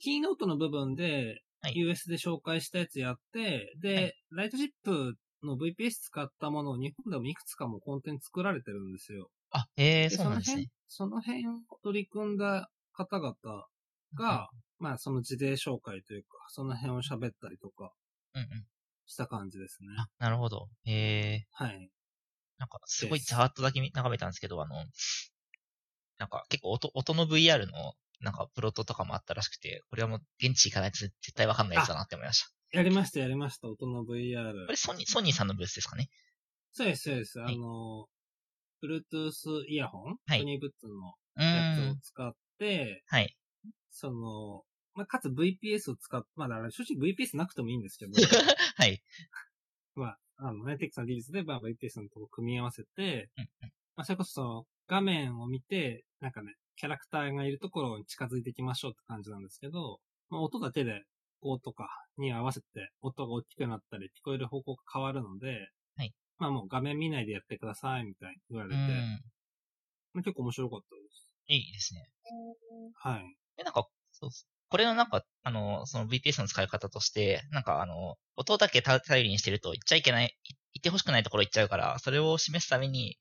Speaker 2: キーノートの部分で、
Speaker 1: はい
Speaker 2: US で紹介したやつやって、で、
Speaker 1: はい
Speaker 2: ライトシップの VPS 使ったものを日本でもいくつかもうコンテンツ作られてるんですよ。
Speaker 1: あ、へえ、
Speaker 2: で
Speaker 1: そうなんですね。
Speaker 2: その辺、その辺を取り組んだ方々が、まあその事例紹介というか、その辺を喋ったりとか
Speaker 1: うんうん。
Speaker 2: した感じですね。
Speaker 1: あ、なるほど。へえ。
Speaker 2: はい。
Speaker 1: なんか、すごい
Speaker 2: です
Speaker 1: ざーっとだけ見眺めたんですけど、あの、なんか結構音、音の VR の、なんか、プロトとかもあったらしくて、これはもう、現地行かないと絶対わかんないやつだなって思いました。
Speaker 2: やりました、やりました、音の VR。
Speaker 1: これ、ソニー、ソニーさんのブースですかね
Speaker 2: そうです、そうです。あ
Speaker 1: はい
Speaker 2: の、Bluetooth イヤホン
Speaker 1: はい
Speaker 2: ソニーブッツの
Speaker 1: う
Speaker 2: やつ
Speaker 1: ー
Speaker 2: を
Speaker 1: ん。
Speaker 2: 使って、
Speaker 1: はい。
Speaker 2: その、まあ、か つ VPS を使っ、まあ、だから正直 VPS なくてもいいんですけど、
Speaker 1: はい。
Speaker 2: まあ、あのね、テックさんの技術でバーバー一定数のとこ組み合わせて、
Speaker 1: うん
Speaker 2: まあ、それこそその画面を見て、なんかね、キャラクターがいるところに近づいていきましょうって感じなんですけど、まあ、音だけで、こうとかに合わせて音が大きくなったり聞こえる方向が変わるので、
Speaker 1: はい
Speaker 2: まあもう画面見ないでやってくださいみたいに言わ
Speaker 1: う
Speaker 2: れて、
Speaker 1: ん。
Speaker 2: まあ、結構面白かったです。
Speaker 1: いいですね。
Speaker 2: はい。
Speaker 1: で、なんか、そうそうこれのなんか、あの、その VPS の使い方として、なんかあの、音だけ頼りにしてると言っちゃいけない、い言ってほしくないところ行っちゃうから、それを示すために、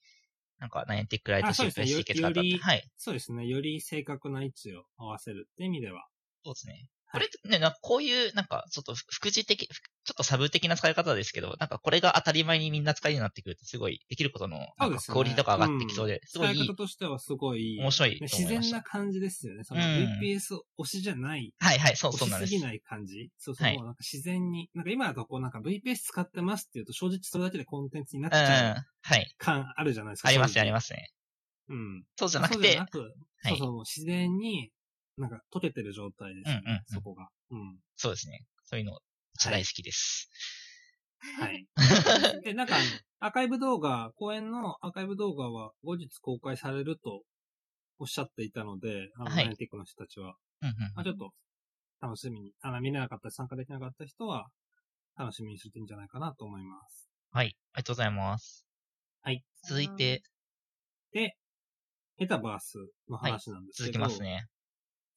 Speaker 1: なんか、ナイアンティックライト
Speaker 2: あそうですね
Speaker 1: CPS
Speaker 2: よ
Speaker 1: いけ方って
Speaker 2: より
Speaker 1: はい。
Speaker 2: そうですね。より正確な位置を合わせるって意味では。
Speaker 1: そうですね。これってね、なんかこういう、なんか、ちょっと副次的、ふちょっとサブ的な使い方ですけど、なんかこれが当たり前にみんな使いになってくると、すごい、できることの、な
Speaker 2: そうんで
Speaker 1: か
Speaker 2: すね
Speaker 1: クオリティとか上がってきそうで、すご
Speaker 2: 使
Speaker 1: いい
Speaker 2: い
Speaker 1: い
Speaker 2: 方、としてはすごい、
Speaker 1: 面白いと
Speaker 2: 自
Speaker 1: 思い
Speaker 2: 然
Speaker 1: まし
Speaker 2: な
Speaker 1: た。
Speaker 2: 感じですよね。その
Speaker 1: うん
Speaker 2: VPS 推しじゃない。
Speaker 1: はいはい、そう、そうなん
Speaker 2: 推
Speaker 1: で
Speaker 2: し
Speaker 1: す
Speaker 2: すぎ。ない感じそうそう。
Speaker 1: はい
Speaker 2: もうなんか自然に。なんか今だとこうなんか VPS 使ってますって言うと正直それだけでコンテンツになっ
Speaker 1: う
Speaker 2: ち
Speaker 1: ん。
Speaker 2: ゃう
Speaker 1: はい。
Speaker 2: 感あるじゃないですか。
Speaker 1: ありますね、あり
Speaker 2: す。
Speaker 1: ますね。
Speaker 2: うん。
Speaker 1: そうじゃなく
Speaker 2: そうじ
Speaker 1: て
Speaker 2: ゃな、く、
Speaker 1: はい
Speaker 2: そうそう、もう自然に、なんか溶けてる状態ですよね、
Speaker 1: うんうんうん
Speaker 2: そこが。うん。
Speaker 1: そうですね。そういうの、私大好きです。
Speaker 2: はい。 で、なんかあの、アーカイブ動画、公演のアーカイブ動画は後日公開されるとおっしゃっていたので、あの、
Speaker 1: はい
Speaker 2: ナインティックの人たちは。
Speaker 1: うんうん
Speaker 2: まあちょっと、楽しみに。あの、見れなかったり参加できなかった人は、楽しみにするといいんじゃないかなと思います。
Speaker 1: はい。ありがとうございます。
Speaker 2: はい。
Speaker 1: 続いて、
Speaker 2: で、メタバースの話なんです
Speaker 1: 続
Speaker 2: け
Speaker 1: き
Speaker 2: ど、
Speaker 1: ますね。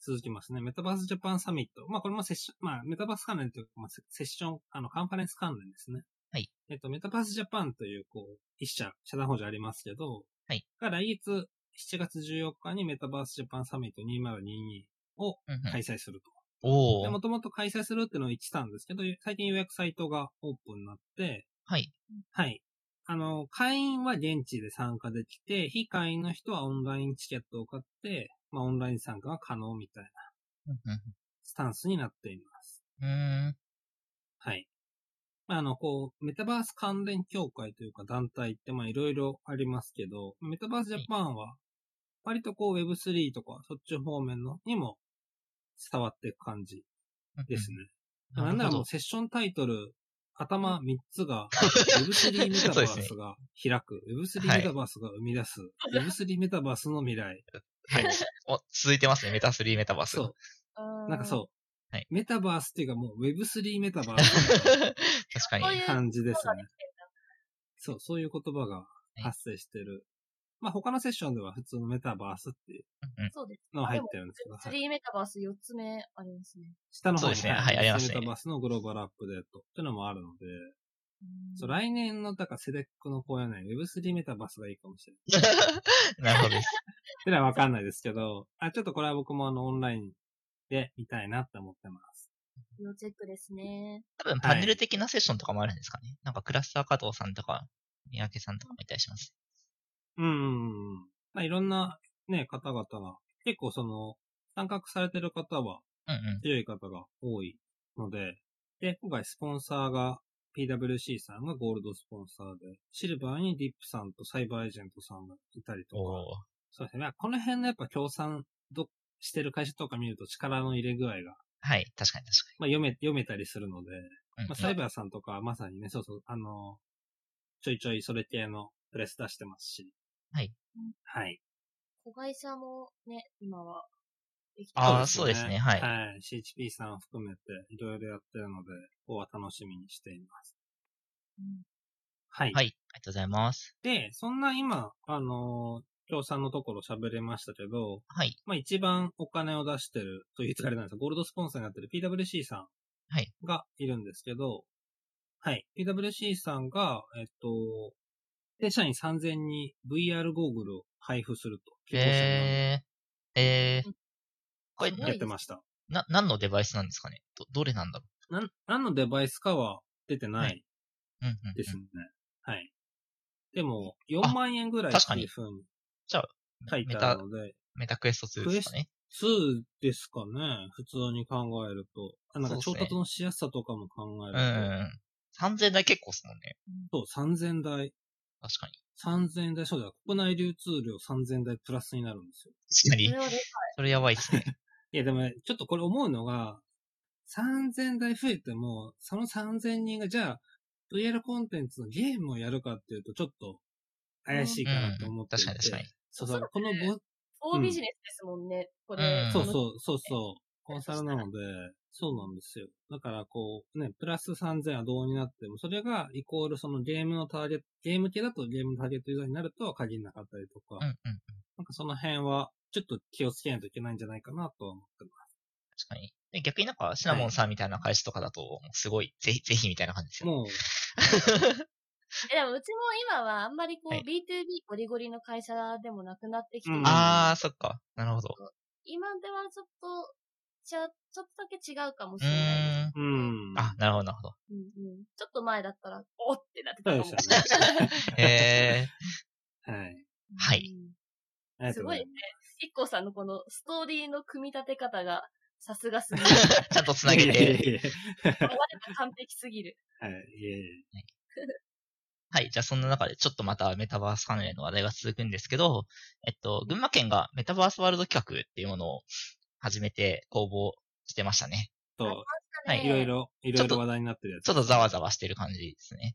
Speaker 2: 続きますね。メタバースジャパンサミット。まあ、これもセッション、まあ、メタバース関連というか、まあ、セセッション、あの、カンファレンス関連ですね。
Speaker 1: はい。
Speaker 2: えっと、メタバースジャパンという、こう、一社、社団法人ありますけど、
Speaker 1: はい。
Speaker 2: が来月7月14日にメタバースジャパンサミット2022を
Speaker 1: うんうん
Speaker 2: 開催する
Speaker 1: お
Speaker 2: と。で、
Speaker 1: ー
Speaker 2: もともと開催するっていうのを言ってたんですけど、最近予約サイトがオープンになって、
Speaker 1: はい。
Speaker 2: はい。あの、会員は現地で参加できて、非会員の人はオンラインチケットを買って、まあ、オンライン参加が可能みたいな
Speaker 1: うんうん
Speaker 2: スタンスになっています。
Speaker 1: うんうーん。
Speaker 2: はい。まああの、こう、メタバース関連協会というか団体って、まあいろいろありますけど、メタバースジャパンは、割とこう Web3 とか、そっち方面のにも伝わっていく感じ
Speaker 1: うんうん
Speaker 2: ですね。
Speaker 1: な
Speaker 2: なん
Speaker 1: る
Speaker 2: なら
Speaker 1: ほ
Speaker 2: も
Speaker 1: ど
Speaker 2: う。セッションタイトル、頭3 つが、Web3 メタバースが開く、Web3 メタバースが生み出す、Web3 メタバースの未来。
Speaker 1: お、続いてますね。メタ3メタバース。
Speaker 2: そう。 なんかそう。
Speaker 1: はい
Speaker 2: メタバースっていうかもう Web3 メタバー ス
Speaker 1: 確かに
Speaker 3: こう。いう
Speaker 2: 感じです
Speaker 3: そうだ
Speaker 2: ね。そう、そういう言葉が発生してる。まあ他のセッションでは普通のメタバースっていう
Speaker 3: そうです。
Speaker 2: のが入ってるんですけど、
Speaker 3: ツ
Speaker 2: はい
Speaker 3: リーメタバース4つ目ありますね。
Speaker 2: 下の方
Speaker 1: そう
Speaker 2: に
Speaker 1: ですねはいありますね
Speaker 2: メタバースのグローバルアップデートっていうのもあるので、
Speaker 3: うん
Speaker 2: そう来年のだからセレックの公演内 Web3 メタバースがいいかもしれない。
Speaker 1: なるほどです。
Speaker 2: それはわかんないですけど、あ、ちょっとこれは僕もあのオンラインで見たいなって思ってます。
Speaker 3: 要チェックですね。
Speaker 1: 多分パネル的なセッションとかもあるんですかね。なんかクラスター加藤さんとか、三宅さんとかもいたりします。
Speaker 2: うんうんうんうん。まあいろんなね、方々が、結構その、参画されてる方は
Speaker 1: うんうん。
Speaker 2: 強い方が多いので、で、今回スポンサーが、PWC さんがゴールドスポンサーで、シルバーにディップさんとサイバーエージェントさんがいたりとか、
Speaker 1: おー
Speaker 2: そうですね。まあこの辺のやっぱ協賛どしてる会社とか見ると力の入れ具合が、
Speaker 1: はい。確かに確
Speaker 2: まあ読め、読めたりするので、
Speaker 1: かに。
Speaker 2: まあサイバーさんとかはまさにね、そうそう、あの、ちょいちょいそれ系のプレス出してますし、
Speaker 1: はい。
Speaker 2: はい。
Speaker 3: 子会社もね、今はできて
Speaker 1: あー
Speaker 3: ます
Speaker 1: そうですねはい
Speaker 2: はい。CHP さんを含めていろいろやってるので、ここは楽しみにしています。
Speaker 3: うん
Speaker 2: はい。
Speaker 1: はい。ありがとうございます。
Speaker 2: で、そんな今、あのー、協賛のところ喋れましたけど、
Speaker 1: はい。
Speaker 2: まあ一番お金を出してると言ったらあれなんですが、ゴールドスポンサーになってる PWC さ
Speaker 1: はい
Speaker 2: んがいるんですけど、はい。PWC さんが、えっと、で、社員3000に VR ゴーグルを配布すると、希望者に
Speaker 1: えー、えー、これ、
Speaker 2: やってました。
Speaker 1: な、何のデバイスなんですかねど、どれなんだろ
Speaker 2: なん、何のデバイスかは出てな
Speaker 1: はいううんうんうん。
Speaker 2: ですね。はい。でも、4万円ぐらい
Speaker 1: 確
Speaker 2: っ
Speaker 1: か
Speaker 2: て
Speaker 1: に
Speaker 2: いうふうに書
Speaker 1: メ
Speaker 2: いてあ
Speaker 1: タ
Speaker 2: る、ので、
Speaker 1: メタクエスト2ですかね。
Speaker 2: 2ですかね、普通に考えると。あなんか
Speaker 1: そう
Speaker 2: 調
Speaker 1: ですね
Speaker 2: 達のしやすさとかも考える
Speaker 1: う
Speaker 2: と、
Speaker 1: ん。3000台結構っすもんね。
Speaker 2: そう、3000台。
Speaker 1: 確かに。
Speaker 2: 3000台、そうだ、国内流通量3000台プラスになるんですよ。
Speaker 1: 確かに
Speaker 3: それ。はね、
Speaker 1: それやばいっすね。
Speaker 2: いや、でもね、ちょっとこれ思うのが、3000台増えても、その3000人が、じゃあ、 VR コンテンツのゲームをやるかっていうと、ちょっと怪 しいかなって思っていて、
Speaker 1: うんうん確かに確かに
Speaker 2: そうそう、このぼ、
Speaker 3: 大ビジネスですもんね、これ。
Speaker 1: うん
Speaker 2: そうそう、そうそう、コンサルなので、そうなんですよ。だからこう、ね、プラス3000はどうになっても、それがイコールそのゲームのターゲット、ゲーム系だとゲームのターゲットユーザーになるとは限らなかったりとか、
Speaker 1: うんうんうん。
Speaker 2: なんかその辺は、ちょっと気をつけないといけないんじゃないかなとは思ってます。
Speaker 1: 確かに。で逆になんか、シナモンさんみたいな会社とかだと、もうすごい、ぜひ、ぜひみたいな感じですよね。
Speaker 2: もう、
Speaker 3: えでもうちも今はあんまりこう、
Speaker 1: はい
Speaker 3: B2B ゴリゴリの会社でもなくなってきて、
Speaker 2: うん
Speaker 1: あー、そっか。なるほど。
Speaker 3: 今ではちょっと、ちゃ、ちょっとだけ違うかも
Speaker 1: う
Speaker 3: しれないです。
Speaker 1: ーん。
Speaker 2: うん。
Speaker 1: あ、なるほど、なる ほど。
Speaker 3: うんうん、ちょっと前だったら、おっってなってた
Speaker 2: そ
Speaker 3: か
Speaker 2: う
Speaker 3: も
Speaker 2: でした ね。
Speaker 1: え
Speaker 2: はい。
Speaker 1: はい
Speaker 3: うん
Speaker 2: ありがと
Speaker 3: す
Speaker 2: う
Speaker 3: ご
Speaker 2: ざ
Speaker 3: いね
Speaker 2: ます。。
Speaker 3: 一光さんのこのストーリーの組み立て方が、さすが すぎる。
Speaker 1: ー、ちゃんと繋げ
Speaker 2: いや
Speaker 1: て。
Speaker 2: いやい
Speaker 3: 我々完璧すぎる。
Speaker 2: やはい。いえいえ。
Speaker 1: はい。じゃあ、そんな中で、ちょっとまたメタバース関連の話題が続くんですけど、えっと、群馬県がメタバースワールド企画っていうものを始めて公募してましたね。
Speaker 2: と、
Speaker 1: はい
Speaker 3: ね
Speaker 2: いろい。ろ、いろいろ話題になってるやつ。
Speaker 1: ちょっとざわざわしてる感じですね。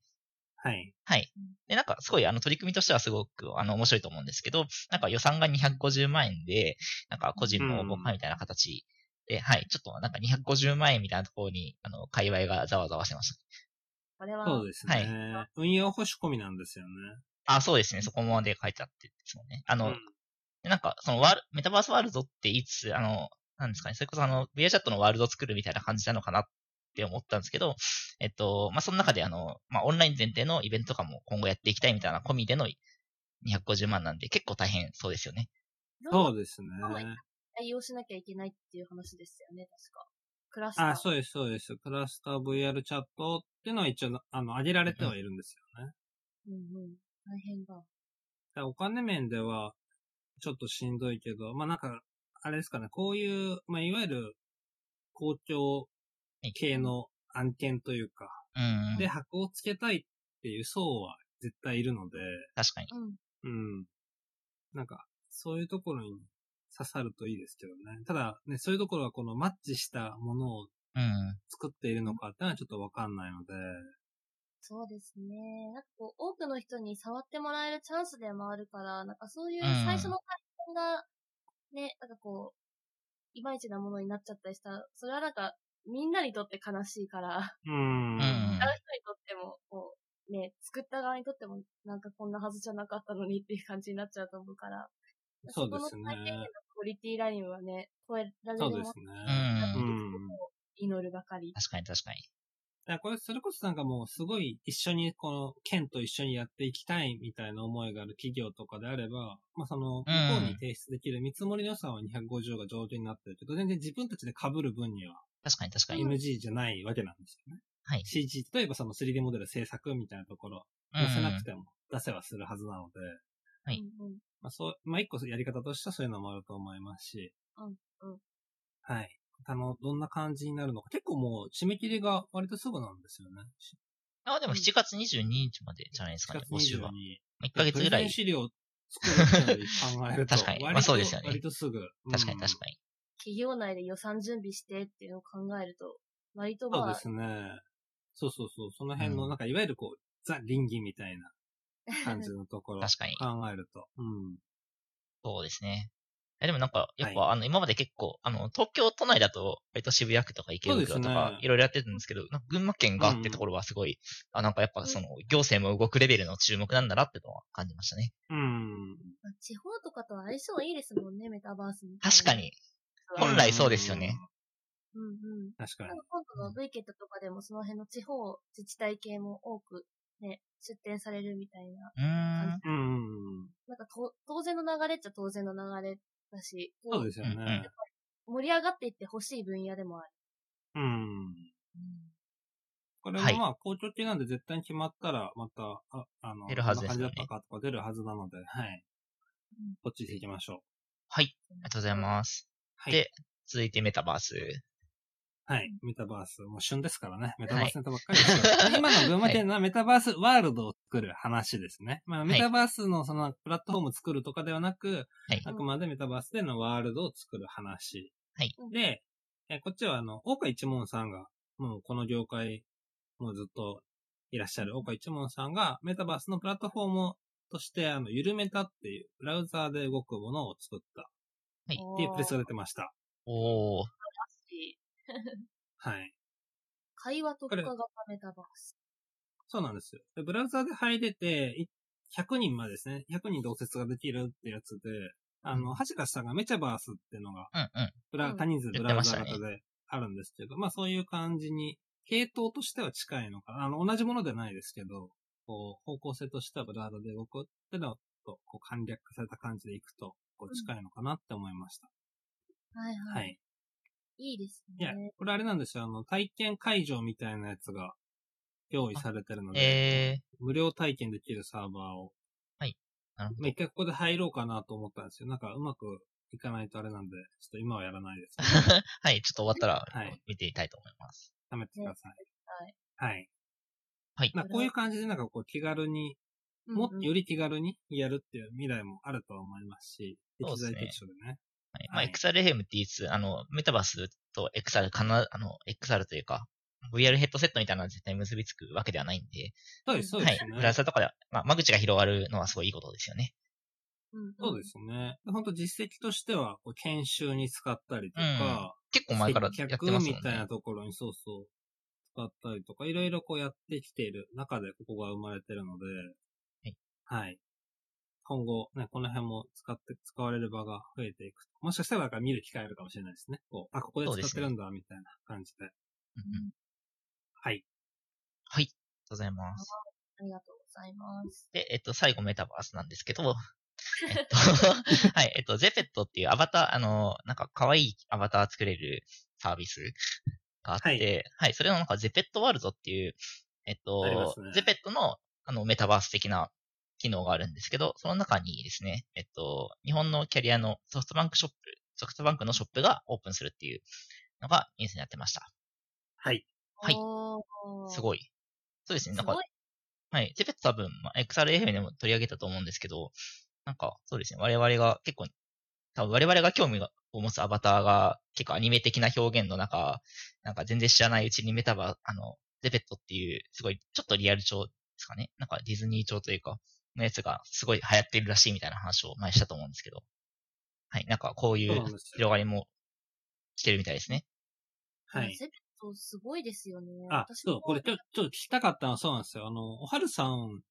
Speaker 2: はい。
Speaker 1: はい。で、なんか、すごい、あの、取り組みとしてはすごく、あの、面白いと思うんですけど、なんか予算が250万円で、なんか個人の応募会みたいな形で、はい、ちょっとなんか250万円みたいなところに、あの、界隈がざわざわしてました。
Speaker 3: これは、
Speaker 2: そうですね。運用保守込みなんですよね。
Speaker 1: あ、そうですね、そこまで書いてあってですもんね。あの、
Speaker 2: うん
Speaker 1: でなんか、そのワール、メタバースワールドっていつ、あの、なんですかね、それこそあの、VR チャットのワールドを作るみたいな感じなのかなって思ったんですけど、えっと、まあ、その中であの、まあ、オンライン前提のイベントとかも今後やっていきたいみたいな込みでの250万なんで、結構大変そうですよね。
Speaker 3: どう
Speaker 2: そうですね。
Speaker 3: 対応しなきゃいけないっていう話ですよね、確か。クラスター。
Speaker 2: あ、そうです、そうです。クラスター VR チャットっていうのは一応、あの、上げられてはいるんですよね。
Speaker 3: うんうん。大変だ。
Speaker 2: だからお金面では、ちょっとしんどいけど、まあ、なんか、あれですかね、こういう、まあ、いわゆる、公共系の案件というか、
Speaker 1: うん、
Speaker 2: で、箱をつけたいっていう層は絶対いるので、
Speaker 1: 確かに。
Speaker 3: うん。
Speaker 2: うん。なんか、そういうところに刺さるといいですけどね。ただ、ね、そういうところはこのマッチしたものを
Speaker 1: うん。
Speaker 2: 作っているのかってのはちょっとわかんないので、
Speaker 3: そうですね。なんかこう、多くの人に触ってもらえるチャンスでもあるから、なんかそういう
Speaker 1: うん
Speaker 3: 最初の体験が、ね、なんかこう、いまいちなものになっちゃったりしたら、それはなんか、みんなにとって悲しいから、
Speaker 2: うん。
Speaker 1: うん
Speaker 3: あの人にとっても、こう、ね、作った側にとっても、なんかこんなはずじゃなかったのにっていう感じになっちゃうと思うから、
Speaker 2: そうです
Speaker 3: こ
Speaker 2: ね
Speaker 3: の体験へのクオリティラインはね、超えられる
Speaker 2: そ
Speaker 3: も
Speaker 2: うで
Speaker 3: の
Speaker 2: す
Speaker 3: を
Speaker 1: う。
Speaker 2: ね。うんん。だ
Speaker 3: 祈るばかり。
Speaker 1: 確かに確かに。
Speaker 2: からこれ、それこそなんかもうすごい一緒に、この、県と一緒にやっていきたいみたいな思いがある企業とかであれば、まあその、向こうに提出できる見積もりの予算は250が上限になってるけど、全然自分たちで被る分には
Speaker 1: 確かに確かに。
Speaker 2: NG じゃないわけなんですよね。
Speaker 1: はい。
Speaker 2: CG、例えばその 3D モデル制作みたいなところ、
Speaker 1: うん
Speaker 2: 出せなくても出せはするはずなので、
Speaker 1: はい
Speaker 3: うんうん
Speaker 2: まあそう、まあ一個やり方としてはそういうのもあると思いますし、
Speaker 3: うんうん
Speaker 2: はい。あの、どんな感じになるのか、結構もう締め切りが割とすぐなんですよね。
Speaker 1: あ、でも7月22日までじゃないですか
Speaker 2: 4
Speaker 1: ね
Speaker 2: 月、
Speaker 1: 募集は
Speaker 2: 22。日。
Speaker 1: 1ヶ月ぐら
Speaker 2: プレゼン
Speaker 1: い。
Speaker 2: 資料作るっていうのを考える と、
Speaker 1: 確かにまあ
Speaker 2: 割と
Speaker 1: そうですよね
Speaker 2: 割とすぐ。
Speaker 1: 確かに確
Speaker 2: に。
Speaker 1: かに。
Speaker 3: 企業内で予算準備してっていうのを考えると、割
Speaker 2: そ
Speaker 3: と
Speaker 2: う
Speaker 3: ま
Speaker 2: で
Speaker 3: あ、
Speaker 2: すね。そうそうそう、その辺
Speaker 1: う
Speaker 2: の、
Speaker 1: ん
Speaker 2: なんかいわゆるこう、ザ・倫理みたいな感じのところ
Speaker 1: 確かに。
Speaker 2: 考えると。うん。
Speaker 1: そうですね。えでもなんか、やっぱ、
Speaker 2: は
Speaker 1: あの、今まで結構、あの、東京都内だと、割と渋谷区とか池袋
Speaker 2: そう
Speaker 1: と
Speaker 2: です
Speaker 1: か
Speaker 2: ね、
Speaker 1: いろいろやってたんですけど、なんか群馬県が
Speaker 2: うん
Speaker 1: ってところはすごい、あ、なんかやっぱその、行政も動くレベルの注目なんだなってのは感じましたね。
Speaker 2: うん。
Speaker 3: 地方とかとは相性いいですもんね、メタバースみたいな
Speaker 1: 確か。に、
Speaker 3: うん
Speaker 1: 本来そうですよね。
Speaker 3: うんうん。
Speaker 2: 確か
Speaker 3: な
Speaker 2: に
Speaker 3: ん。か今度の V ケットとかでもその辺の地方自治体系も多くね、出展されるみたいな。
Speaker 1: うーん。
Speaker 2: うん。
Speaker 3: なんかと当然の流れっちゃ当然の流れだし、こう
Speaker 2: そうですよね。
Speaker 3: 盛り上がっていってほしい分野でもある。
Speaker 2: うん。これも
Speaker 1: はい
Speaker 2: まあ、校長系なんで絶対に決まったら、また、ああの、
Speaker 1: 出るはずです
Speaker 2: こ
Speaker 1: よ
Speaker 2: ん
Speaker 1: ね
Speaker 2: な感じだったかとか出るはずなので、はい。こっちでいきましょう。
Speaker 1: はい。ありがとうございます。
Speaker 2: はい。
Speaker 1: で続いてメタバース。
Speaker 2: はい。メタバース。もう旬ですからね。メタバースネタばっかりですか ら、今の群馬県のはメタバースワールドを作る話ですね。まあ、
Speaker 1: い
Speaker 2: メタバースのそのプラットフォームを作るとかではなく、
Speaker 1: はい
Speaker 2: あくまでメタバースでのワールドを作る話。
Speaker 1: はい
Speaker 2: で、えこっちはあの、大川一門さんが、もうこの業界、もうずっといらっしゃる岡一門さんが、メタバースのプラットフォームとして、あの、ゆるめたっていう、ブラウザーで動くものを作ったっていうプレスが出てました。
Speaker 1: おー、
Speaker 2: はい。
Speaker 3: 会話特化型メタバース。
Speaker 2: そうなんですよ。でブラウザーで入れて、い100人までですね、100人同説ができるってやつで、あの、橋川さんがメチャバースっていうのが、
Speaker 1: うんうん。
Speaker 2: ブラ、
Speaker 3: うん
Speaker 2: 多人数ブ
Speaker 1: 言って
Speaker 2: ラウ
Speaker 1: まし
Speaker 2: ザ
Speaker 1: た
Speaker 2: ー
Speaker 1: ね
Speaker 2: 型であるんですけど、まあそういう感じに、系統としては近いのかな。あの、同じものではないですけど、こう、方向性としてはブラウザで動くってのと、こう、簡略化された感じでいくと、こう、近いのかなって思いました。
Speaker 3: はいは。
Speaker 2: はいい。
Speaker 3: いいです
Speaker 2: いや
Speaker 3: ね。、
Speaker 2: これあれなんですよ。あの、体験会場みたいなやつが用意されてるので、
Speaker 1: え
Speaker 2: 無料体験できるサーバーを、
Speaker 1: ー、なるほ
Speaker 2: まあ、
Speaker 1: ど。
Speaker 2: 一回ここで入ろうかなと思ったんですよ。なんかうまくいかないとあれなんで、ちょっと今はやらないですけど。
Speaker 1: はい、ちょっと終わったら
Speaker 2: はい
Speaker 1: 見ていたいと思います。
Speaker 2: 貯めてください。
Speaker 3: はい。
Speaker 2: はい。
Speaker 1: はい
Speaker 2: まあ、こういう感じでなんかこう気軽に、もっとより気軽にやるっていう未来もあるとは思いますし、
Speaker 1: そうで
Speaker 2: 適
Speaker 1: す
Speaker 2: 材
Speaker 1: ね
Speaker 2: 適所でね。
Speaker 1: はい。ま
Speaker 2: は
Speaker 1: あ、
Speaker 2: い
Speaker 1: XR ヘムって言いつつ、あの、メタバースと XR かな、あの、XR というか、VR ヘッドセットみたいなのは絶対結びつくわけではないんで、
Speaker 2: そうです、そう
Speaker 1: は
Speaker 2: で
Speaker 1: い
Speaker 2: す。ね。
Speaker 1: ブラウザとかで、まあ、間口が広がるのはすごいいいことですよね。
Speaker 2: そうですね。本当実績としては、こう研修に使ったりとか、
Speaker 1: 結構前からや
Speaker 2: 接
Speaker 1: って
Speaker 2: 客
Speaker 1: ますも
Speaker 2: み
Speaker 1: ん
Speaker 2: たい
Speaker 1: ね
Speaker 2: な。ところにそうそう、使ったりとか、いろいろこうやってきている中でここが生まれてるので、
Speaker 1: い
Speaker 2: はい。今後、ね、この辺も使って、使われる場が増えていく。もしかしたらなんか見る機会あるかもしれないですね。こう、あ、ここで使ってるんだ、みたいな感じ
Speaker 1: う
Speaker 2: で。
Speaker 1: んうんあり
Speaker 2: はい。
Speaker 1: がとうございます。
Speaker 3: ありがとうございます。
Speaker 1: で、えっと、最後メタバースなんですけ ど、えっと、 はい、えっと、ゼペットっていうアバター、あの、なんか可愛いアバター作れるサービスがあって、
Speaker 2: は
Speaker 1: はい
Speaker 2: い、
Speaker 1: それのなんかゼペットワールドっていう、えっ
Speaker 2: ありま
Speaker 1: と、
Speaker 2: すね
Speaker 1: ゼペットのあのメタバース的な機能があるんですけど、その中にですね、えっと、日本のキャリアのソフトバンクショップ、ソフトバンクのショップがオープンするっていうのがニュースになってました。
Speaker 2: はい。
Speaker 1: はい
Speaker 3: おー
Speaker 1: す
Speaker 3: すごい。
Speaker 1: ごい。そうですね、なんかはい。ゼペット多分、まあ、XRFM でも取り上げたと思うんですけど、なんか、そうですね。我々が結構、多分我々が興味を持つアバターが結構アニメ的な表現の中、なんか全然知らないうちにメタバ、あの、ゼペットっていう、すごい、ちょっとリアル調ですかね。なんかディズニー調というか、のやつがすごい流行ってるらしいみたいな話を前にしたと思うんですけど。はい。なんかこうい
Speaker 2: そう
Speaker 1: う
Speaker 2: なんですよ。
Speaker 1: 広がりもしてるみたいですね。
Speaker 2: はい
Speaker 3: セットすごいですよね。
Speaker 2: あ、
Speaker 3: 私
Speaker 2: そう、
Speaker 3: も
Speaker 2: これちょ、ちょっと聞きたかったのはそうなんですよ。あの、おはるさん
Speaker 3: はい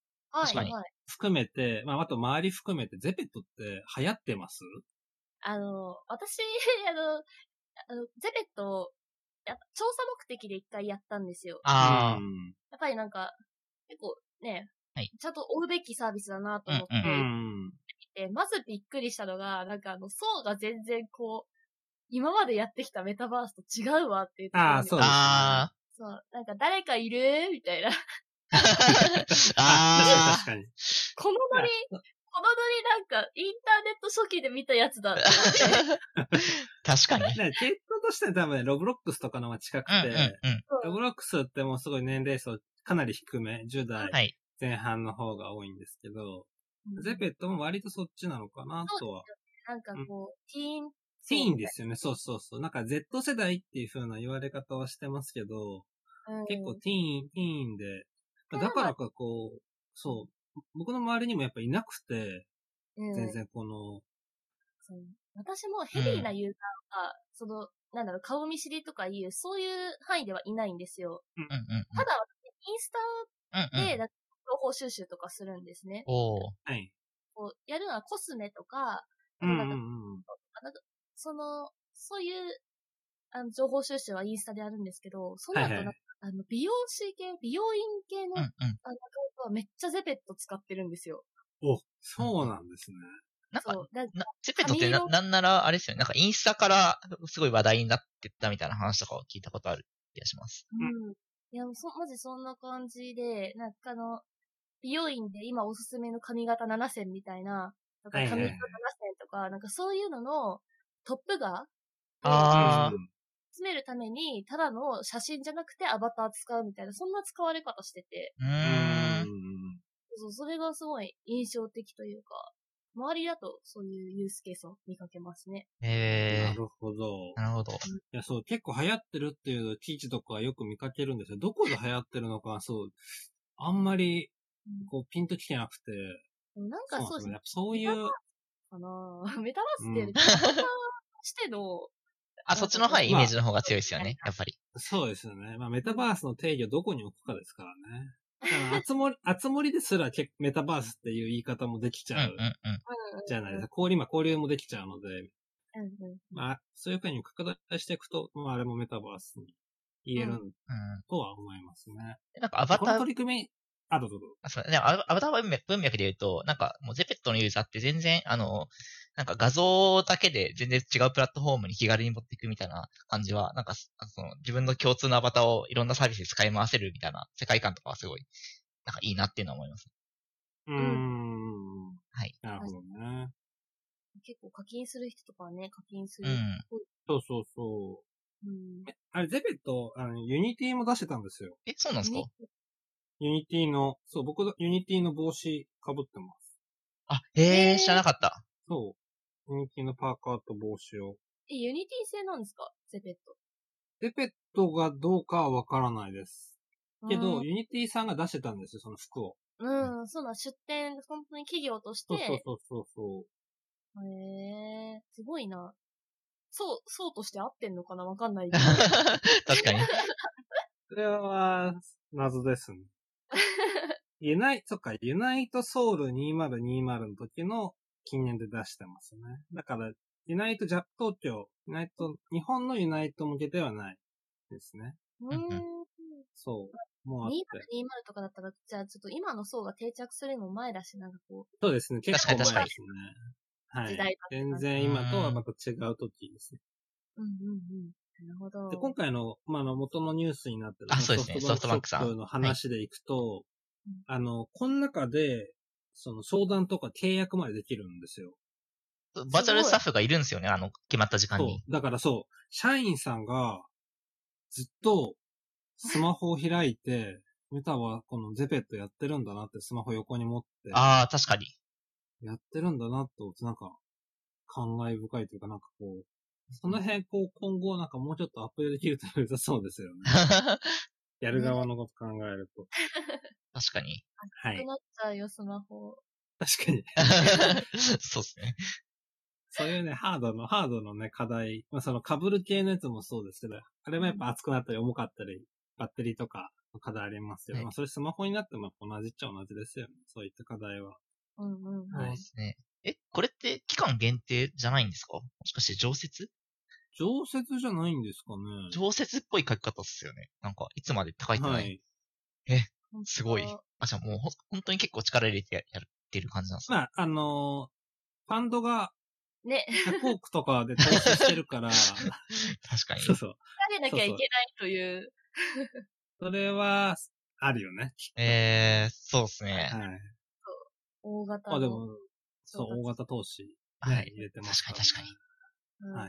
Speaker 1: 確かに
Speaker 3: はい。
Speaker 2: 含めて、まあ、あと周り含めて、ゼペットって流行ってます
Speaker 3: あの、私、 あの、あのゼペットをやっぱ調査目的で一回やったんですよ。
Speaker 1: ああ、
Speaker 2: うん
Speaker 3: やっぱりなんか、結構ね、
Speaker 1: はい
Speaker 3: ちゃんと追うべきサービスだなと思って
Speaker 1: うん
Speaker 3: い
Speaker 1: うん
Speaker 3: て、
Speaker 2: うん。
Speaker 3: まずびっくりしたのが、なんかあの、層が全然こう、今までやってきたメタバースと違うわっていうところに
Speaker 2: あーそうですね
Speaker 1: あ
Speaker 3: そうなんか誰かいるみたいな。
Speaker 1: あ、あ
Speaker 2: 確かに。
Speaker 3: このノリ、このノリなんか、インターネット初期で見たやつだって思って。
Speaker 1: あ、確かに。
Speaker 2: 確かに。ね、系統としては多分ね、ロブロックスとかの方が近くて、
Speaker 1: うんうんうん。
Speaker 2: ロブロックスってもうすごい年齢層かなり低め、10
Speaker 1: は
Speaker 2: 代
Speaker 1: い。
Speaker 2: 前半の方が多いんですけど、ゼペットも割とそっちなのかなとは。
Speaker 3: なんかこう、ティーン、
Speaker 2: ティーンですよね。そうそうそう。なんか Z 世代っていう風な言われ方はしてますけど、
Speaker 3: うん
Speaker 2: 結構ティーン、ティーンで、だからかこう、そう、僕の周りにもやっぱいなくて、
Speaker 3: うん
Speaker 2: 全然この、
Speaker 3: そう私もヘビーなユーザーは、その、なんだろう、顔見知りとかいう、そういう範囲ではいないんですよ。
Speaker 1: うんうんうん。
Speaker 3: ただ、私インス
Speaker 1: うん
Speaker 3: タ
Speaker 1: うん
Speaker 3: で、なんか情報収集とかするんですね。
Speaker 1: おー
Speaker 2: はい。
Speaker 3: こう、やるのはコスメとか、
Speaker 2: うんうんうん。
Speaker 3: その、そういう、あの、情報収集はインスタでやるんですけど、その後
Speaker 2: はいはい
Speaker 3: なんか、あの、美容師系、美容院系の、
Speaker 1: うんう
Speaker 3: あの、アカウン
Speaker 1: ん。
Speaker 3: トはめっちゃゼペット使ってるんですよ。
Speaker 2: お、そうなんですね。
Speaker 1: なん
Speaker 3: そ
Speaker 1: か、
Speaker 3: う。だ
Speaker 1: なゼペットってな、
Speaker 3: 髪
Speaker 1: な
Speaker 3: 色
Speaker 1: んなら、あれですよね。なんかインスタからすごい話題になってったみたいな話とかを聞いたことある気がします。
Speaker 3: うん。いや、そ、まじそんな感じで、なんかあの、美容院で今おすすめの髪型7選みたいな、とか
Speaker 2: はい
Speaker 3: 髪
Speaker 2: はい
Speaker 3: 型
Speaker 2: はい
Speaker 3: 7選とか、なんかそういうののトップが、
Speaker 1: あー
Speaker 2: うん
Speaker 3: 詰めるために、ただの写真じゃなくてアバター使うみたいな、そんな使われ方してて、
Speaker 1: うー
Speaker 2: うん
Speaker 1: ん。
Speaker 3: そう、それがすごい印象的というか、周りだとそういうユースケースを見かけますね。
Speaker 1: え
Speaker 2: なるほど
Speaker 1: ー。。なるほど。
Speaker 2: いや、そう、結構流行ってるっていう記事とかよく見かけるんですよ。どこで流行ってるのか、そう、あんまり、
Speaker 3: うん
Speaker 2: こう、ピンときてなくて、
Speaker 3: でもなんかそうです
Speaker 2: なん
Speaker 3: ね
Speaker 2: やっ。ぱそういう、
Speaker 3: かな メタバースって、
Speaker 2: うん
Speaker 3: メタバースしての、
Speaker 1: あ、そっちの、はい、イ
Speaker 2: まあ
Speaker 1: メージの方が強いですよね、やっぱり。
Speaker 2: そうですよね。まあ、メタバースの定義をどこに置くかですからね。だから、あつ 森、あつ森ですら結構メタバースっていう言い方もできち
Speaker 1: うん
Speaker 2: ゃ
Speaker 1: う
Speaker 2: うん
Speaker 1: うん。
Speaker 2: じゃないです
Speaker 3: か。
Speaker 2: か。交流、今交流もできちゃうので、
Speaker 3: うんうん
Speaker 2: まあ、そういうふうに拡大していくと、まあ、あれもメタバースに言える
Speaker 1: うん
Speaker 2: とは思いますね。
Speaker 1: でなんかアバ
Speaker 2: こ
Speaker 1: タ
Speaker 2: の
Speaker 1: ー
Speaker 2: 取り組み、あ、どうぞどうぞ。
Speaker 1: あそうね、アバアバター文脈文脈で言うと、なんかもう ZPET のユーザーって全然、あの、なんか画像だけで全然違うプラットフォームに気軽に持っていくみたいな感じは、なんかすあその自分の共通のアバターをいろんなサービスで使い回せるみたいな世界観とかはすごい、なんかいいなっていうのは思います。
Speaker 2: うーん。
Speaker 1: はい。
Speaker 2: なるほどね。
Speaker 3: 結構課金する人とかはね、課金す
Speaker 1: う
Speaker 3: る。
Speaker 1: ん。
Speaker 2: そうそうそう。
Speaker 3: うん。
Speaker 2: あれ、ゼベット、あの、ユニティも出してたんですよ。
Speaker 1: え、そうなんですか
Speaker 3: ね
Speaker 2: ユニティの、そう、僕、ユニティの帽子被ってます。
Speaker 1: あ、へ
Speaker 3: えー
Speaker 1: え、知らなかった。
Speaker 2: そう。ユニティのパーカーと帽子を。
Speaker 3: え、ユニティ製なんですかゼペット。
Speaker 2: ゼペットがどうかはわからないです。け
Speaker 3: う
Speaker 2: ど、
Speaker 3: ん
Speaker 2: ユニティさんが出してたんですよ、その服を。
Speaker 3: うん、そうなん、出店、本当に企業とし
Speaker 2: そ
Speaker 3: て、
Speaker 2: うそうそうそうそう。
Speaker 3: へえすごいな。そう、そうとして合ってんのかなわかんないけど。
Speaker 1: 確かに。
Speaker 2: それは、謎です ね。ユナイ、そっか、ユナイトソウル2020の時の近年で出してますね。だから、ユナイトジャ、東京、ユナイト、日本のユナイト向けではないですね。
Speaker 3: うーん。
Speaker 1: うん
Speaker 2: そう。もうあって
Speaker 3: 2020。とかだったら、じゃあちょっと今の層が定着するのも前だし、なんかこう、
Speaker 2: そうですね。結構前です
Speaker 1: 確かに。
Speaker 2: ねは
Speaker 3: 時代
Speaker 2: い。全然今とはまた違う時ですね。
Speaker 3: うんうんうん。なるほど。
Speaker 2: で、今回の、まあ、あの、元のニュースになってる、
Speaker 1: あそうですね
Speaker 2: ショップの話でいくと、あの、この中で、その相談とか契約までできるんですよ。
Speaker 1: バーチャルスタッフがいるんですよね、あの、決まった時間
Speaker 2: そ
Speaker 1: に。
Speaker 2: う。だからそう、社員さんが、ずっと、スマホを開いて、メタはこのゼペットやってるんだなって、スマホ横に持って、
Speaker 1: ああ、確かに。
Speaker 2: やってるんだなと、なんか、感慨深いというか、なんかこう、その辺、こう、今後なんかもうちょっとアップデートできると良さそうですよね。やる側のこと考えると。
Speaker 1: 確かに。
Speaker 2: は
Speaker 3: ないく。なっちゃうよ、スマホ。
Speaker 2: 確かに。
Speaker 1: そうですね。
Speaker 2: そういうね、ハードの、ハードのね、課題。まあ、その、被る系のやつもそうですけど、あれもやっぱ熱くなったり重かったり、バッテリーとかの課題ありますよ。
Speaker 1: はい
Speaker 2: まあ、それスマホになっても同じっちゃ同じですよね。そういった課題は。
Speaker 3: うんうんうん。
Speaker 1: そう
Speaker 2: はい
Speaker 1: ですね。え、これって期間限定じゃないんですかもしかして常設
Speaker 2: 常設じゃないんですかね。
Speaker 1: 常設っぽい書き方っすよね。なんか、いつまでって書いてない。
Speaker 2: はい。
Speaker 3: 本当
Speaker 1: すごい
Speaker 3: だ
Speaker 1: あ、じゃあもうほ本当に結構力入れてややってる感じなんですね。
Speaker 2: まあ、あのーファンドが
Speaker 3: ね、
Speaker 2: 100億とかで投資してる から、
Speaker 1: 確かに。
Speaker 2: そうそう。
Speaker 3: 慣れなきゃいけないという。
Speaker 2: それは、あるよね。
Speaker 1: えー、そうですね。
Speaker 2: はい。
Speaker 3: 大型の。
Speaker 2: あ、でも、そう、大
Speaker 3: 大
Speaker 2: 型投資、
Speaker 1: は
Speaker 2: ね
Speaker 1: い。
Speaker 2: 入れてます
Speaker 1: 確かに確かに。
Speaker 3: うん
Speaker 2: はい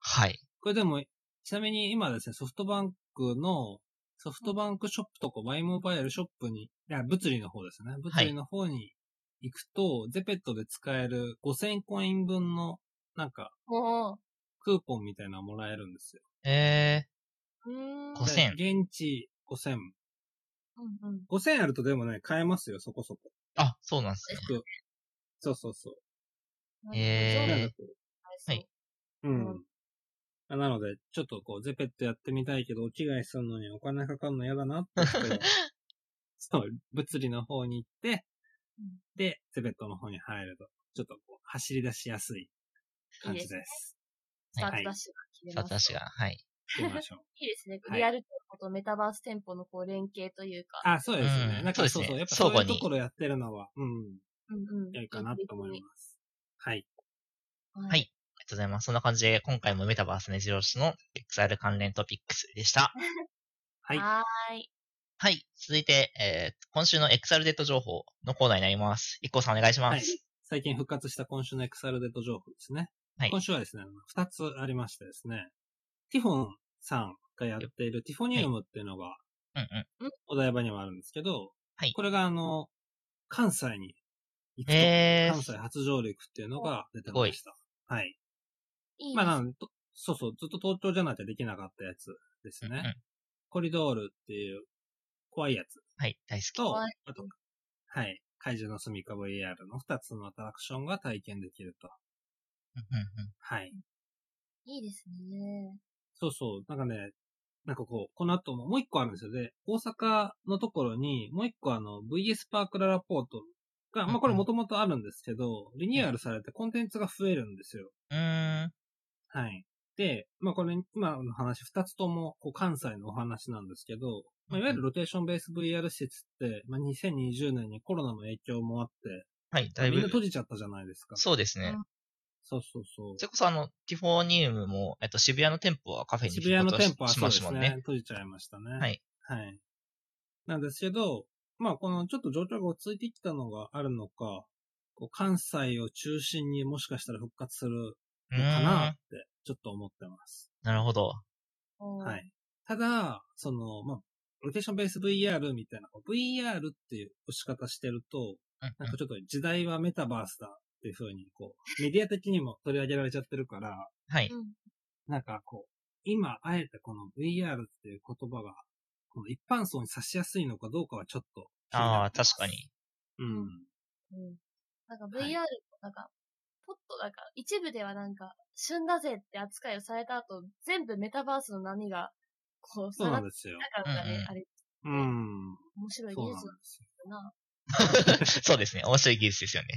Speaker 1: はい。
Speaker 2: これでも、ちなみに今ですね、ソフトバンクの、ソフトバンクショップとか Y モバイルショップに、いや、物理の方ですね。物理の方に行くと、ゼペットで使える5000コイン分の、なんか、
Speaker 3: も
Speaker 2: クーポンみたいなのもらえるんですよ。
Speaker 1: え
Speaker 3: う、うーん。
Speaker 1: こ5000
Speaker 2: で現地5000。
Speaker 3: うんうん。
Speaker 2: 5000あるとでもね、買えますよ、そこそこ。
Speaker 1: ー、あ、そうなんですね。
Speaker 2: 服。そうそうそう。
Speaker 1: えー
Speaker 2: なんかこう
Speaker 3: そう
Speaker 1: はい。
Speaker 2: うん。なので、ちょっとこう、ゼペットやってみたいけど、お着替えするのにお金かかるの嫌だなって人 はそう、物理の方に行って
Speaker 3: うん、
Speaker 2: で、ゼペットの方に入ると、ちょっとこう、走り出しやすい感じです。
Speaker 3: スター
Speaker 2: は
Speaker 3: ト
Speaker 2: い
Speaker 3: ダッシュが切れ
Speaker 1: さあ、
Speaker 3: ま
Speaker 1: 私
Speaker 3: す。
Speaker 1: が。はい。
Speaker 2: 行きましょう。
Speaker 3: いいですね。
Speaker 2: はい
Speaker 3: リアル店舗とメタバース店舗のこう連携というか。
Speaker 2: あ、そうですね。
Speaker 1: うん
Speaker 2: なんかそ
Speaker 1: そううです
Speaker 2: そう、
Speaker 1: ね
Speaker 2: やっぱそういう
Speaker 1: 相互
Speaker 2: と
Speaker 1: に
Speaker 2: ころやってるのは、うん、
Speaker 3: うんうん。
Speaker 2: 良いかなと思います。はい。
Speaker 3: は
Speaker 1: はいありがとうございます。そんな感じで、今回もメタバースネジロシの XR 関連トピックスでした。
Speaker 2: は
Speaker 3: はいい。はーい。
Speaker 1: はい。続いて、えー、今週の XRZ 情報のコーナーになります。一 k さんお願いします。
Speaker 2: はい。最近復活した今週の XR デート情報ですね。
Speaker 1: はい
Speaker 2: 今週はですね、二つありましてですね、ティフォンさんがやっているティフォニウムっていうのが
Speaker 1: うんうん。
Speaker 2: お台場にもあるんですけど、
Speaker 1: はい
Speaker 2: これがあの、関西に行くと、
Speaker 1: え
Speaker 2: 関
Speaker 1: ー、
Speaker 2: 西初上陸っていうのが出てました。はい。
Speaker 3: いい
Speaker 2: まあ
Speaker 3: です
Speaker 2: なんと、そうそう、ずっと東京じゃなきゃできなかったやつですね。
Speaker 1: うんうん
Speaker 2: コリドールっていう怖いやつ
Speaker 1: はい、大好き。
Speaker 2: と、
Speaker 3: 怖い
Speaker 2: あと、はい、怪獣の住みか VR の2つのアトラクションが体験できると。
Speaker 1: うんうんうん
Speaker 2: はい。
Speaker 3: いいですね。
Speaker 2: そうそう。なんかね、なんかこう、この後ももう一個あるんですよ。で、大阪のところに、もう一個あの、VS パークララポートが、まあこれもともとあるんですけど、リニューアルされてコンテンツが増えるんですよ。
Speaker 1: うーん。
Speaker 2: はい。で、まあこれ、今の話二つとも、こう関西のお話なんですけど、まあいわゆるロケーションベース VR 施設って、まあ2020年にコロナの影響もあっ
Speaker 1: はい、だ
Speaker 2: て、
Speaker 1: い
Speaker 2: みんな
Speaker 1: ぶ。
Speaker 2: 閉じちゃったじゃないですか。
Speaker 1: そうですね。
Speaker 2: そうそうそう
Speaker 1: そ。れこそあの、ティフォーニウムも、えっと、渋谷の店舗はカフェに
Speaker 2: 渋谷の店舗は
Speaker 1: し
Speaker 2: そう
Speaker 1: ま
Speaker 2: ですす
Speaker 1: もん
Speaker 2: ね
Speaker 1: ね。。
Speaker 2: 閉じちゃいましたね。
Speaker 1: はい。
Speaker 2: はい。なんですけど、まあこのちょっと状況が落ち着いてきたのがあるのか、こう関西を中心にもしかしたら復活する
Speaker 1: う
Speaker 2: のか
Speaker 1: ー
Speaker 2: なんっ。てちょっと思ってます。
Speaker 1: なるほど。
Speaker 3: は
Speaker 2: はい。。ただ、その、まあ、ロケーションベース VR みたいな、こう VR っていう押し方してると、
Speaker 1: うんう
Speaker 2: なん
Speaker 1: ん
Speaker 2: かちょっと時代はメタバースだっていう風に、こう、メディア的にも取り上げられちゃってるから、
Speaker 1: はい。
Speaker 3: うん。
Speaker 2: なんかこう、今、あえてこの VR っていう言葉が、この一般層に差しやすいのかどうかはちょっと。
Speaker 1: ああ、確かに。。
Speaker 2: うん。
Speaker 3: うん。なんか
Speaker 2: はい
Speaker 3: VR もなんか、ポッとなんか、一部ではなんか、旬だぜって扱いをされた後、全部メタバースの波が、こう、
Speaker 2: そう
Speaker 3: 下
Speaker 2: な
Speaker 3: がっ
Speaker 2: ん
Speaker 3: て
Speaker 2: ですよ。
Speaker 3: なかった
Speaker 1: うんう
Speaker 3: ね
Speaker 1: ん。
Speaker 3: あれ、
Speaker 2: うん。
Speaker 3: 面白い技
Speaker 2: そうなん
Speaker 3: 術
Speaker 2: で
Speaker 3: だっ
Speaker 2: すよ。
Speaker 3: たな。
Speaker 1: そうですね。面白い技術ですよね。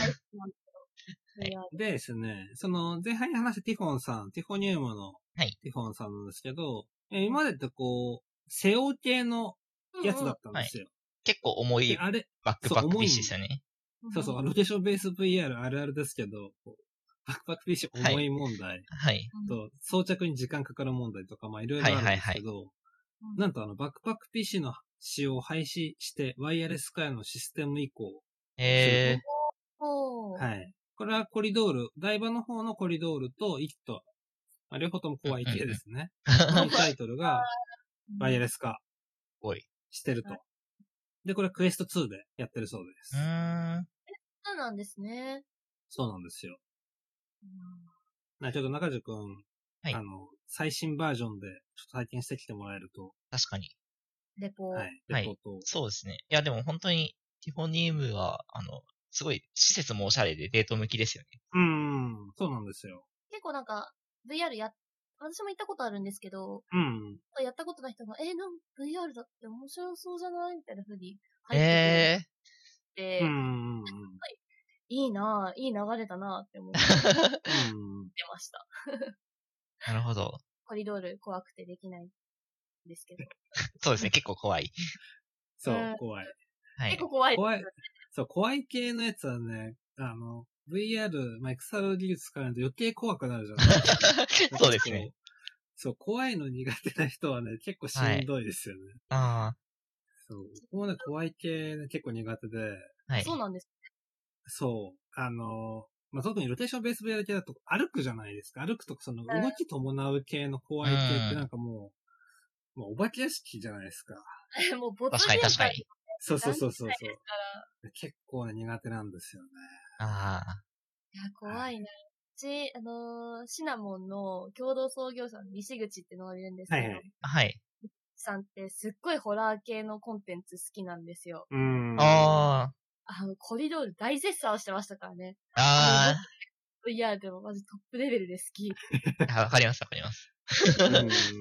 Speaker 3: 大好きなんだけど、VR。
Speaker 2: でですね、その前半に話したティフォンさん、ティフォニウムの
Speaker 1: はい
Speaker 2: ティフォンさんなんですけど、えー今までってこう、背負う系のやつだったんですよ。
Speaker 1: 結構重い
Speaker 2: であれ、
Speaker 1: バックパック PC ですよね。
Speaker 3: うん
Speaker 2: そうそう、ロケーションベース VR あるあるですけど、こうバックパック PC 重い問題。
Speaker 1: はい。
Speaker 2: と、装着に時間かかる問題とか、まあいろいろあるんですけど、
Speaker 3: うん
Speaker 2: なんとあの、バックパック PC の使用を廃止して、ワイヤレス化へのシステム移行。
Speaker 1: え
Speaker 3: おー。
Speaker 2: はい。これはコリドール、台場の方のコリドールと1と、まあ、両方とも怖い系ですね。こ
Speaker 1: ー。
Speaker 2: のタイトルがワイヤ
Speaker 3: レ
Speaker 2: レス化
Speaker 1: おい。
Speaker 2: してると
Speaker 3: は。
Speaker 2: で、これはクエスト2でやってるそうで
Speaker 1: う
Speaker 2: す。
Speaker 1: ーん。
Speaker 3: そうなんですね。
Speaker 2: そうなんですよ。
Speaker 3: うん
Speaker 2: な、ちょっと中地くん、
Speaker 1: はい
Speaker 2: あの、最新バージョンでちょっと体験してきてもらえると、
Speaker 1: 確かに。
Speaker 3: レポ。。
Speaker 2: はいい、
Speaker 1: はい
Speaker 2: レポートを
Speaker 1: そうですね。いや、でも本当に、ティフォニウムは、あの、すごい、施設もおしゃれでデート向きですよね。
Speaker 2: うん、そうなんですよ。
Speaker 3: 結構なんか、VR や、私も行ったことあるんですけど、
Speaker 2: うん、
Speaker 3: やったことない人が、えー、なん VR だって面白そうじゃないみたいな風に入って
Speaker 1: え
Speaker 3: くれて、
Speaker 2: うんうんうんうん
Speaker 3: いいなぁ、いい流れだなぁって思って
Speaker 1: えー。
Speaker 3: ました。
Speaker 1: なるほど。
Speaker 3: コリドール怖くてできないんですけど。
Speaker 1: そうですね。結構怖い。
Speaker 2: そう
Speaker 3: うん、
Speaker 2: 怖い。
Speaker 1: はい。
Speaker 3: 結。構怖い。
Speaker 2: 怖い。そう、怖い系のやつはね、あの、VR、まあ、XR 技術使わないと余計怖くなるじゃないです か
Speaker 1: そうですね。
Speaker 2: そう、怖いの苦手な人はね、結構しんどいですよね。
Speaker 1: あ
Speaker 2: そう。僕もね、怖い系ね結構苦手で、
Speaker 1: あ。はい。
Speaker 3: そうなんです。
Speaker 2: そう、あの、まあ、特にロテーションベース VR 系だと歩くじゃないですか。歩くとかその
Speaker 3: うん
Speaker 2: 動き伴う系の怖い系っ
Speaker 1: うん
Speaker 2: てなんかもう、もうお化け屋敷じゃないですか。
Speaker 3: もう、ボツ
Speaker 1: 確かに確かに
Speaker 3: に。
Speaker 2: そうそうそうそう
Speaker 3: 段
Speaker 2: そう。結構ね、苦手なんですよね。
Speaker 1: あ
Speaker 3: いや、怖いな。うち、あのーシナモンの共同創業者の西口ってのがいるんですけど、
Speaker 2: はいはい
Speaker 1: あ。はい。
Speaker 3: さんってすっごいホラー系のコンテンツ好きなんですよ。
Speaker 2: うん
Speaker 1: ああ。
Speaker 3: あの、コリドール大絶賛してましたからね。
Speaker 1: あ
Speaker 3: いや、でもマジトップレベルで好き。
Speaker 1: あ。いやわかりますわかります。
Speaker 2: う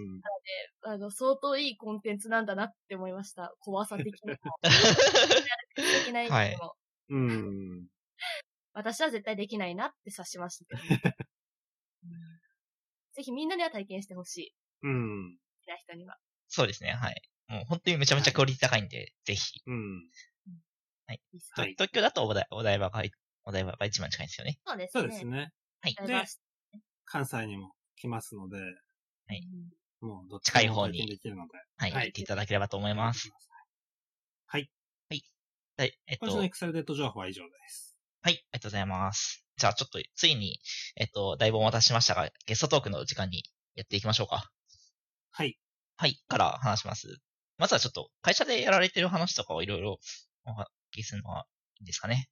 Speaker 2: ん
Speaker 3: あの、相当いいコンテンツなんだなって思いました。怖さ的 にも。できないけど、
Speaker 1: はい
Speaker 2: うん。
Speaker 3: 私は絶対できないなって察し ましたけど。うんぜひみんなには体験してほしい。
Speaker 2: うん。
Speaker 3: 好きな人には。
Speaker 1: そうですね。はい。もう本当にめちゃめちゃクオリティ高いんで、ぜひ。
Speaker 2: うん。
Speaker 1: と
Speaker 2: はい
Speaker 1: 東京だとお台お台場が、お台場が一番近いんですよね。
Speaker 3: そうですね。
Speaker 2: そうですね。
Speaker 1: はい。
Speaker 3: ありました
Speaker 2: 関西にも来ますので、
Speaker 1: はい
Speaker 3: うん
Speaker 2: もうどっちも体験できるので。
Speaker 1: はい。
Speaker 2: はい
Speaker 1: 行っていただければと思います。。はい。えっと、
Speaker 2: 今週のエクセルデット情報は以上です。
Speaker 1: はい、ありがとうございます。じゃあちょっと、ついに、えっと、だいぶお待たせしましたが、ゲストトークの時間にやっていきましょうか。
Speaker 2: はい。
Speaker 1: はい、から話します。まずはちょっと、会社でやられてる話とかをいろいろお聞きするのはいいんですかね。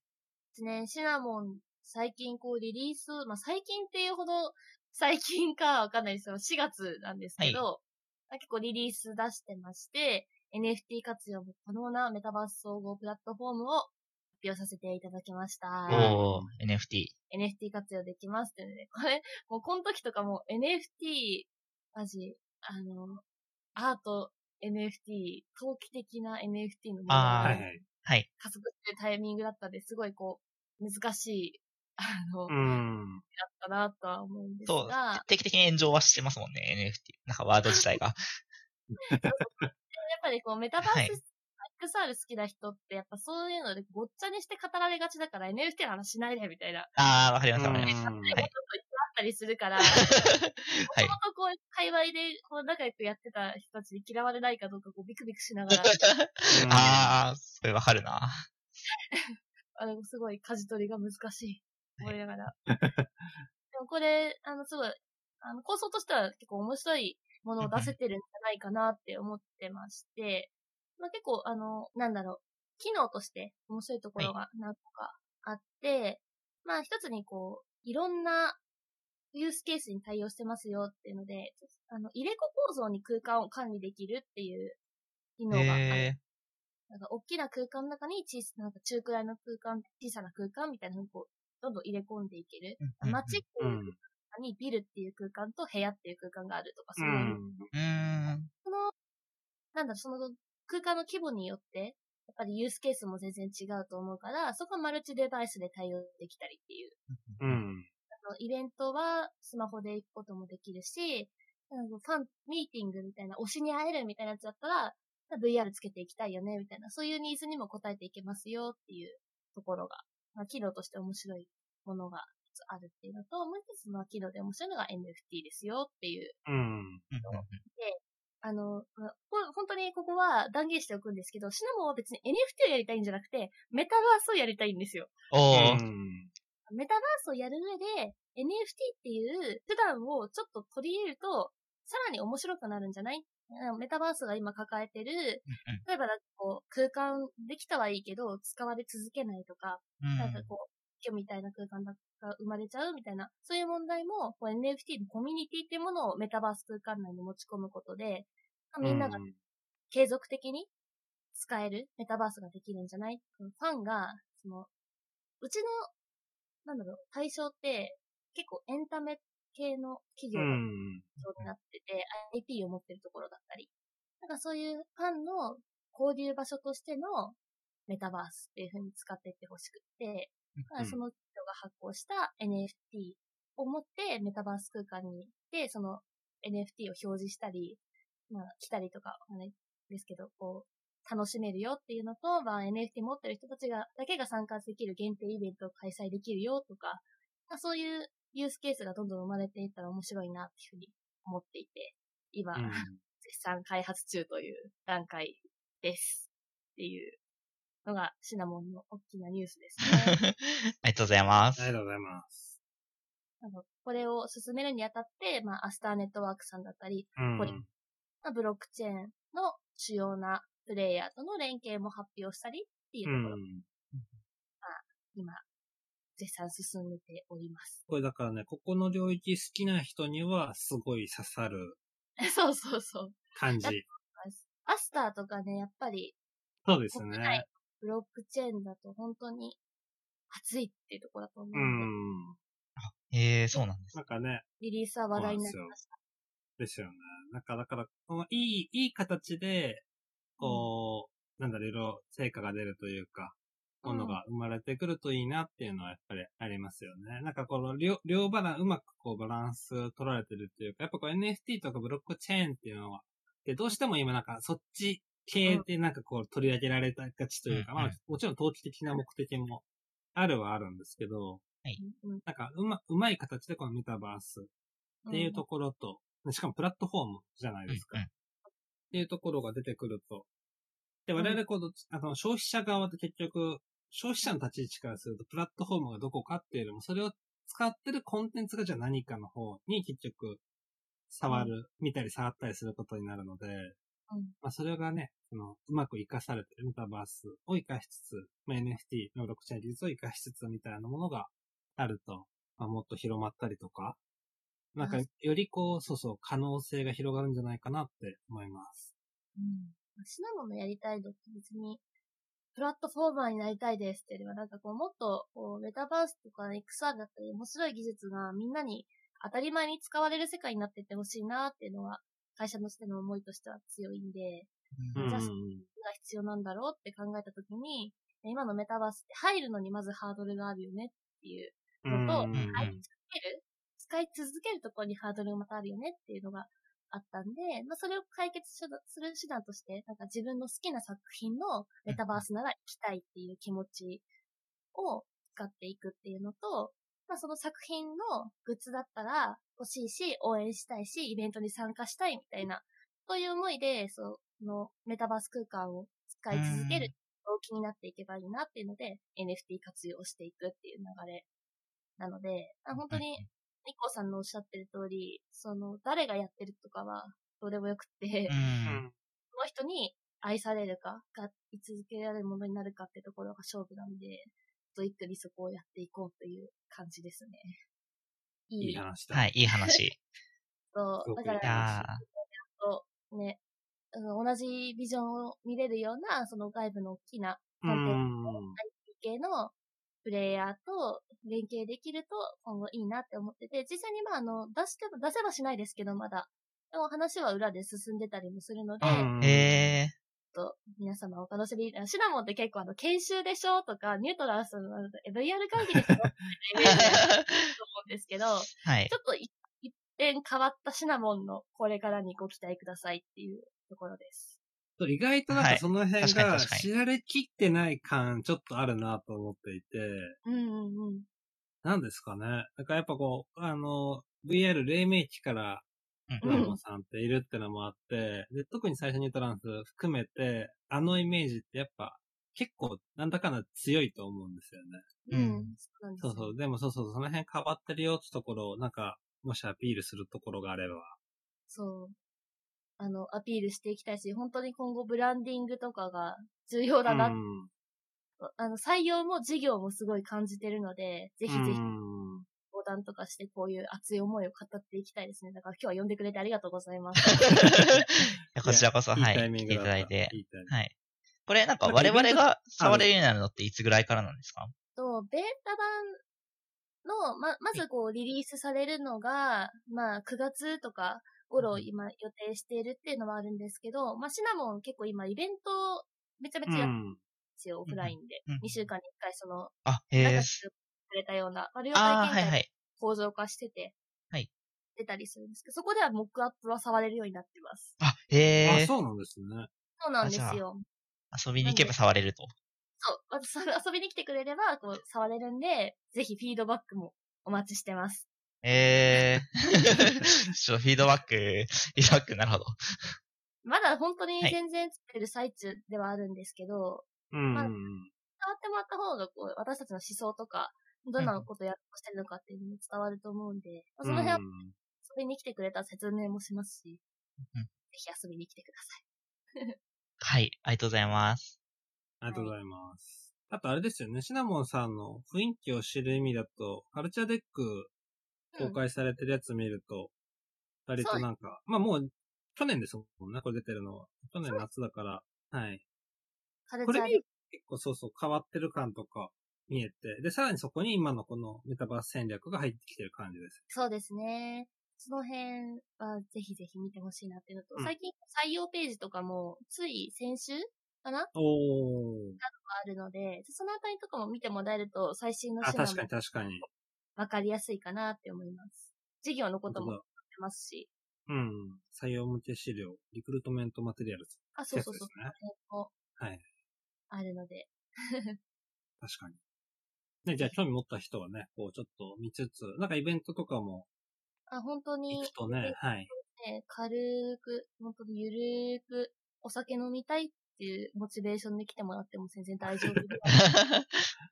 Speaker 3: ですね。シナモン、最近こうリリース、まあ、最近っていうほど、 最近かわかんないですけど、4月なんですけど、まあ結構リリース出してまして、 NFT 活用も可能なメタバース総合プラットフォームを発表させていただきました。
Speaker 1: おー、NFT。
Speaker 3: NFT 活用できますってね。これ、もうこの時とかもう NFT、マジ、あの、アート NFT、投機的な NFT のもの
Speaker 1: あ
Speaker 2: は
Speaker 1: ー
Speaker 2: いは
Speaker 3: が
Speaker 2: い。
Speaker 1: はい。
Speaker 3: 加速するタイミングだったんで、すごいこう、難しい、 あの、
Speaker 2: う
Speaker 3: だっ
Speaker 2: ん。
Speaker 3: たなとは思うんです
Speaker 1: そう
Speaker 3: が、
Speaker 1: 定期的に炎上はしてますもんね、NFT。なんかワード自体が。
Speaker 3: やっぱりこう、メタバース、
Speaker 1: はい
Speaker 3: XR 好きな人って、やっぱそういうのでごっちゃにして語られがちだから NFT の話しないでみたいな、あっ
Speaker 1: あー、わかります、わかります。
Speaker 2: うん
Speaker 1: はい
Speaker 3: たりするから、
Speaker 1: は
Speaker 3: も
Speaker 1: い
Speaker 3: と。もとこう、界隈で、こう、仲良くやってた人たちに嫌われないかどうか、こう、ビクビクしながら、
Speaker 1: あー、それわかるな。
Speaker 3: あの、すごい、舵取りが難しい。
Speaker 1: はい
Speaker 3: 思いなが ら。でもこれ、あの、すごい、あの、構想としては結構面白いものを出せてるんじゃないかなって思ってまして、まあ、結構、あの、なんだろう、機能として面白いところが何個かあって、まあ、一つにこう、いろんなユースケースに対応してますよっていうので、あの、入れ子構造に空間を管理できるっていう機能がある
Speaker 1: え
Speaker 3: なんか大きな空間の中に小さな、なんか中くらいの空間、小さな空間みたいなのをこう、どんどん入れ込んでいける。
Speaker 1: ー。
Speaker 3: 街っていうう空
Speaker 2: ん。
Speaker 3: 間にビルっていう空間と部屋っていう空間があるとか、
Speaker 2: う
Speaker 3: その、
Speaker 1: う
Speaker 2: ん。
Speaker 1: ーん。
Speaker 3: その、なんだろう、その空間の規模によって、やっぱりユースケースも全然違うと思うから、そこはマルチデバイスで対応できたりっていう。
Speaker 2: うん。
Speaker 3: あのイベントはスマホで行くこともできるし、なんかファンミーティングみたいな、推しに会えるみたいなやつだったら、VR つけていきたいよね、みたいな、そういうニーズにも応えていけますよっていうところが、まあ、機能として面白いものが一つあるっていうのと、もう一つ、まあ、機能で面白いのが NFT ですよっていう、
Speaker 2: うん。
Speaker 1: うん
Speaker 3: あの、まあほん本当にここは断言しておくんですけど、シナモンは別に NFT をやりたいんじゃなくて、メタバースをやりたいんですよ。
Speaker 1: おー。
Speaker 3: メタバースをやる上で、NFT っていう手段をちょっと取り入れると、さらに面白くなるんじゃないあのメタバースが今抱えてる、例えばなんかこう、空間できたはいいけど、使われ続けないとか、
Speaker 1: うん
Speaker 3: なんかこう、今日みたいな空間が生まれちゃうみたいな、そういう問題も、こう NFT のコミュニティっていうものをメタバース空間内に持ち込むことで、みんなが継続的に使えるメタバースができるんじゃないファンが、その、うちの、なんだろう、対象って、結構エンタメ系の企
Speaker 2: う
Speaker 3: 業が
Speaker 2: ん。
Speaker 3: 対象になってて、IP を持ってるところだったり、なんかそういうファンの交流場所としてのメタバースっていう風に使っていってほしくって、まあその人が発行した NFT を持ってメタバース空間に行って、その NFT を表示したり、まあ、来たりとか、ね、ですけど、こう、楽しめるよっていうのと、まあ、NFT 持ってる人たちが、だけが参加できる限定イベントを開催できるよとか、まあ、そういうユースケースがどんどん生まれていったら面白いなっていうふうに思っていて、今、
Speaker 2: うん
Speaker 3: 絶賛開発中という段階です。っていうのが、シナモンの大きなニュースですね。
Speaker 1: ありがとうございま
Speaker 2: あり
Speaker 1: す。
Speaker 2: がとうございます。
Speaker 3: あのこれを進めるにあたって、まあ、アスターネットワークさんだったり、
Speaker 2: うん。
Speaker 3: まあ、ブロックチェーンの主要なプレイヤーとの連携も発表したりっていう
Speaker 2: う
Speaker 3: ところ、
Speaker 2: ん。
Speaker 3: 今、絶賛進めております。
Speaker 2: これだからね、ここの領域好きな人にはすごい刺さる
Speaker 3: そうそうそう。
Speaker 2: 感じ。
Speaker 3: アスターとかね、やっぱり、
Speaker 2: そうですね。
Speaker 3: ブロックチェーンだと本当に熱いっていうところだと思う
Speaker 2: う
Speaker 3: ので、
Speaker 2: ん。
Speaker 1: えー、そうなんです。
Speaker 2: なんかね、
Speaker 3: リリースは話題になりました。
Speaker 2: ですよね。なんかだから、このいい、いい形で、こう、なんだろう、いろいろ成果が出るというか、ものが生まれてくるといいなっていうのはやっぱりありますよね。なんかこの両、両バラン、うまくこうバランス取られてるっていうか、やっぱこう NFT とかブロックチェーンっていうのは、で、どうしても今なんかそっち系でなんかこう取り上げられたがちというか、
Speaker 1: うん
Speaker 2: ま
Speaker 1: う
Speaker 2: あ
Speaker 1: ん
Speaker 2: もちろん投機的な目的もあるはあるんですけど、
Speaker 3: うんうん
Speaker 2: なんかうま、うまい形でこのメタバースっていうところと、しかもプラットフォームじゃないですか。
Speaker 1: うんう
Speaker 2: っ
Speaker 1: ん
Speaker 2: ていうところが出てくると。で、我々こう、あの、消費者側で結局、消費者の立ち位置からすると、プラットフォームがどこかっていうよりも、それを使ってるコンテンツがじゃあ何かの方に結局、触る、見たり触ったりすることになるので、
Speaker 3: うん
Speaker 2: まあそれがね、その、うまく活かされてるメタバースを活かしつつ、まあ、NFT のブロックチェーン技術を活かしつつみたいなものがあると、まあ、もっと広まったりとか、なんか
Speaker 3: は、
Speaker 2: よりこう、そうそう、可能性が広がるんじゃないかなって思います。
Speaker 3: うんシナモンのやりたいのって別に、プラットフォーマーになりたいですってよりは、なんかこう、もっと、こう、メタバースとか XR だったり、面白い技術がみんなに当たり前に使われる世界になっていってほしいなっていうのは、会社のしての思いとしては強いんで、
Speaker 2: うん
Speaker 1: うん
Speaker 2: うん
Speaker 3: ジャスが必要なんだろうって考えたときに、今のメタバースって入るのにまずハードルがあるよねっていう、
Speaker 2: うん
Speaker 3: のと
Speaker 2: うんうん
Speaker 3: 入り続ける使い続けるところにハードルがまたあるよねっていうのがあったんで、まあそれを解決しようとする手段として、なんか自分の好きな作品のメタバースなら行きたいっていう気持ちを使っていくっていうのと、まあその作品のグッズだったら欲しいし、応援したいし、イベントに参加したいみたいな、そういう思いで、そのメタバース空間を使い続ける動機になっていけばいいなっていうので、NFT 活用をしていくっていう流れなので、あ本当に、ニコさんのおっしゃってる通り、その、誰がやってるとかは、どうでもよくって
Speaker 1: う、。
Speaker 2: うんん
Speaker 3: その人に愛されるか、が、居続けられるものになるかってところが勝負なんで、ストイックにそこをやっていこうという感じですね。い
Speaker 2: い
Speaker 3: い
Speaker 2: い話だ。
Speaker 1: はい、いい話。
Speaker 3: と
Speaker 2: すご、く
Speaker 3: だ
Speaker 2: いい
Speaker 3: か
Speaker 1: い
Speaker 3: ら、
Speaker 1: やー
Speaker 3: そうね、あの同じビジョンを見れるような、その外部の大きな
Speaker 2: う
Speaker 3: コンテンツ
Speaker 2: んうんうん。
Speaker 3: 系のプレイヤーと連携できると今後いいなって思ってて、実際にまああの、出しても、出せばしないですけどまだ。でも話は裏で進んでたりもするので、ちょっ
Speaker 2: うん
Speaker 1: え
Speaker 3: と皆様お楽しみ、シナモンって結構あの、研修でしょとか、ニュートラルさんのあの VR 会議でしょってイメージがあると思うんですけど、ち
Speaker 1: ー、はい
Speaker 3: ょ。っと一一変変わったシナモンのこれからにご期待くださいっていうところです。
Speaker 2: そう意外となん
Speaker 1: は
Speaker 2: か
Speaker 1: い
Speaker 2: その辺
Speaker 1: 確かに
Speaker 2: が
Speaker 1: 確かに
Speaker 2: 知られきってない感ちょっとあるなと思っていて、
Speaker 3: うんうんうん。
Speaker 2: なんですかね。なんかやっぱこう、あの、VR 黎明期から
Speaker 1: うん
Speaker 2: ドラゴンさんっているってのもあって、で特に最初にトランス含めて、あのイメージってやっぱ結構なんだかんだ強いと思うんですよね。
Speaker 1: うん
Speaker 3: そうなんです
Speaker 2: そう
Speaker 3: よ
Speaker 2: そう。でもそうそう、その辺変わってるよってところを、なんか、もしアピールするところがあれば。
Speaker 3: そう。あの、アピールしていきたいし、本当に今後ブランディングとかが重要だな、
Speaker 2: うん。
Speaker 3: あの、採用も事業もすごい感じてるので、ぜひぜひ
Speaker 2: うん
Speaker 3: 相談とかしてこういう熱い思いを語っていきたいですね。だから今日は呼んでくれてありがとうございま す。
Speaker 1: いやこちらこそ、
Speaker 2: いい
Speaker 1: はい、
Speaker 2: タイミ
Speaker 1: 来
Speaker 2: ン
Speaker 1: て
Speaker 2: グ
Speaker 1: い
Speaker 2: だ
Speaker 1: ただ
Speaker 2: った。
Speaker 1: いて。
Speaker 2: いいタイミング。
Speaker 1: はい。これ、なんか我々が触れるようになるのっていつぐらいからなんですか
Speaker 3: と、ベータ版の、ま、まずこう、リリースされるのが、まあ、9月とか頃
Speaker 1: うん
Speaker 3: 今予定しているっていうのはあるんですけど、まあ、シナモン結構今イベントめちゃめちゃやってるんですよ、オフラインで
Speaker 1: うんうん。
Speaker 3: 2週間に1回その、
Speaker 1: あ、
Speaker 3: なん
Speaker 1: へ
Speaker 3: か
Speaker 1: え。
Speaker 3: してくれたような、まあ、両
Speaker 1: ああ、
Speaker 3: 体
Speaker 1: はい
Speaker 3: 験
Speaker 1: は
Speaker 3: 会
Speaker 1: い。
Speaker 3: 構造化してて、
Speaker 1: はい
Speaker 3: 出たりするんですけど、そこではモックアップは触れるようになってます。
Speaker 1: あ、
Speaker 2: あ、
Speaker 1: へえ。
Speaker 2: そうなんですね。
Speaker 3: そうなんです
Speaker 1: あじゃ
Speaker 3: よ。
Speaker 1: 遊びに行けば触れると。
Speaker 3: そう、私遊びに来てくれれば、こう、触れるんで、ぜひフィードバックもお待ちしてます。
Speaker 1: えー。ちょっとフィードバック、フィードバック、なるほど。
Speaker 3: まだ本当に
Speaker 1: はい
Speaker 3: 全然作ってる最中ではあるんですけど、
Speaker 2: うん。
Speaker 3: まあ伝わってもらった方が、こう、私たちの思想とか、どんなことやってるのかっていうのも伝わると思うんで、まあその辺は
Speaker 2: うん
Speaker 3: 遊びに来てくれたら説明もしますし、
Speaker 1: うん
Speaker 3: ぜひ遊びに来てください。
Speaker 1: はい、ありがとうございます。
Speaker 2: ありがとうございます。あとあれですよね、シナモンさんの雰囲気を知る意味だと、カルチャーデック公開されてるやつ見ると、二、人となんか、まあもう、去年ですもんね、これ出てるのは。去年夏だから、はい。
Speaker 3: カル
Speaker 2: こ
Speaker 3: チ
Speaker 2: れ
Speaker 3: ャー
Speaker 2: 見
Speaker 3: で
Speaker 2: ると結構そうそう変わってる感とか見えて、で、さらにそこに今のこのメタバース戦略が入ってきてる感じです。
Speaker 3: そうですね。その辺はぜひぜひ見てほしいなっていうのと、
Speaker 2: うん
Speaker 3: 最近採用ページとかもつい先週かな
Speaker 2: おー。
Speaker 3: あるので、そのあたりとかも見てもらえると最新の
Speaker 2: あ、
Speaker 3: 資料も
Speaker 2: 確かに確かに。
Speaker 3: わかりやすいかなって思います。事業のことも
Speaker 2: 本
Speaker 3: やってますし、
Speaker 2: 当だうん。採用向け資料、リクルートメントマテリアルズ。
Speaker 3: あ、そうそう
Speaker 2: そ
Speaker 3: そう、
Speaker 2: うですね
Speaker 3: その辺も
Speaker 2: はい
Speaker 3: あるので、
Speaker 2: 確かに。ね、じゃあ興味持った人はね、こうちょっと見つつ、なんかイベントとかも
Speaker 3: あ、本当に
Speaker 2: 行くとね、はい。
Speaker 3: ね、軽く、本当にゆるーくお酒飲みたいっていうモチベーションで来てもらっても全然大丈夫。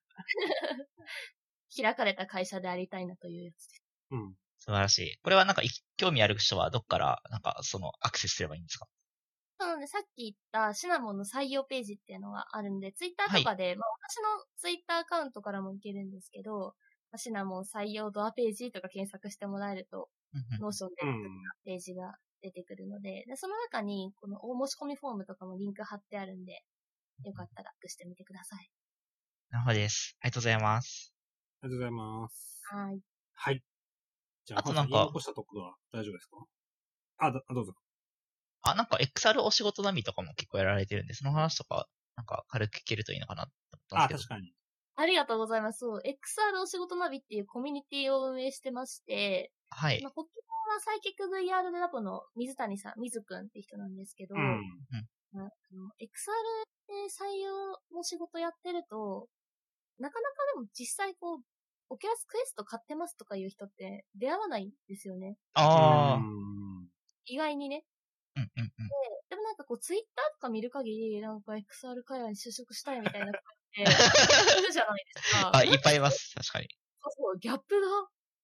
Speaker 3: 開かれた会社でありたいなというやつです。
Speaker 2: うん。
Speaker 1: 素晴らしい。これはなんか、い興味ある人はどっから、なんか、その、アクセスすればいいんですか
Speaker 3: なので、さっき言ったシナモンの採用ページっていうのがあるんで、ツイッターとかで、まあ私のツイッターアカウントからもいけるんですけど、まあシナモン採用ドアページとか検索してもらえると、
Speaker 1: うんうん
Speaker 3: ノーションで
Speaker 2: う
Speaker 3: 作っ
Speaker 2: ん。
Speaker 3: たページが出てくるので、でその中に、このお申し込みフォームとかもリンク貼ってあるんで、よかったらアックしてみてください。
Speaker 1: なるほどです。ありがとうございます。
Speaker 2: ありがとうございます。
Speaker 3: はい。
Speaker 2: はい。じゃあ、
Speaker 1: あとなんか
Speaker 2: 言い残したところは大丈夫ですかあ、どあどうぞ。
Speaker 1: あ、なんか XR お仕事並みとかも結構やられてるんで、その話とか、なんか軽く聞けるといいのかなって思ったん
Speaker 2: あ、
Speaker 1: で
Speaker 2: 確
Speaker 1: す
Speaker 2: かに。
Speaker 3: ありがとうございます。そう、XR お仕事ナビっていうコミュニティを運営してまして、
Speaker 1: けど。
Speaker 3: まあ、ホッキコーナーサイキック VR ラボの水谷さん、水くんって人なんですけど、
Speaker 2: うん。
Speaker 3: まああの XR で採用の仕事やってると、なかなかでも実際こう、オキュラスクエスト買ってますとかいう人って出会わないんですよね。
Speaker 1: はい。ああ
Speaker 2: う。
Speaker 3: 意外にね。
Speaker 1: うんうんうん。
Speaker 3: でもなんかこう、ツイッターとか見る限り、なんか XR 界隈に就職したいみたいな感じ で、いるじゃないですか。
Speaker 1: あ、いっぱいいます。確かに。
Speaker 3: そうそう、ギャップが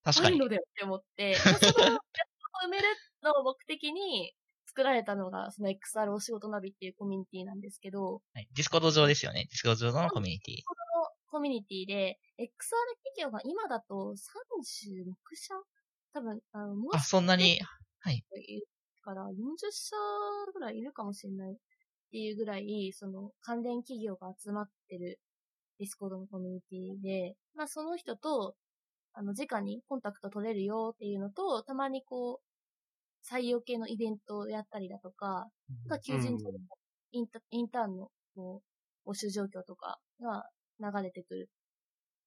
Speaker 1: 確
Speaker 3: あ
Speaker 1: か
Speaker 3: る
Speaker 1: に。
Speaker 3: のでって思って、そのギャップを埋めるのを目的に作られたのが、その XR お仕事ナビっていうコミュニティなんですけど、
Speaker 1: はいディスコード上ですよね。ディスコード上のコミュニティ。
Speaker 3: コミュニティで、XR 企業が今だと36社多分、あの、も
Speaker 1: あ、
Speaker 3: し
Speaker 1: そんなに、
Speaker 3: いるから40社ぐらいいるかもしれないっていうぐらい、その関連企業が集まってるディスコードのコミュニティで、まあその人と、あの、直にコンタクト取れるよっていうのと、たまにこう、採用系のイベントをやったりだとか、が求人情報
Speaker 2: うん
Speaker 3: インタインターンのこう募集状況とかが流れてくる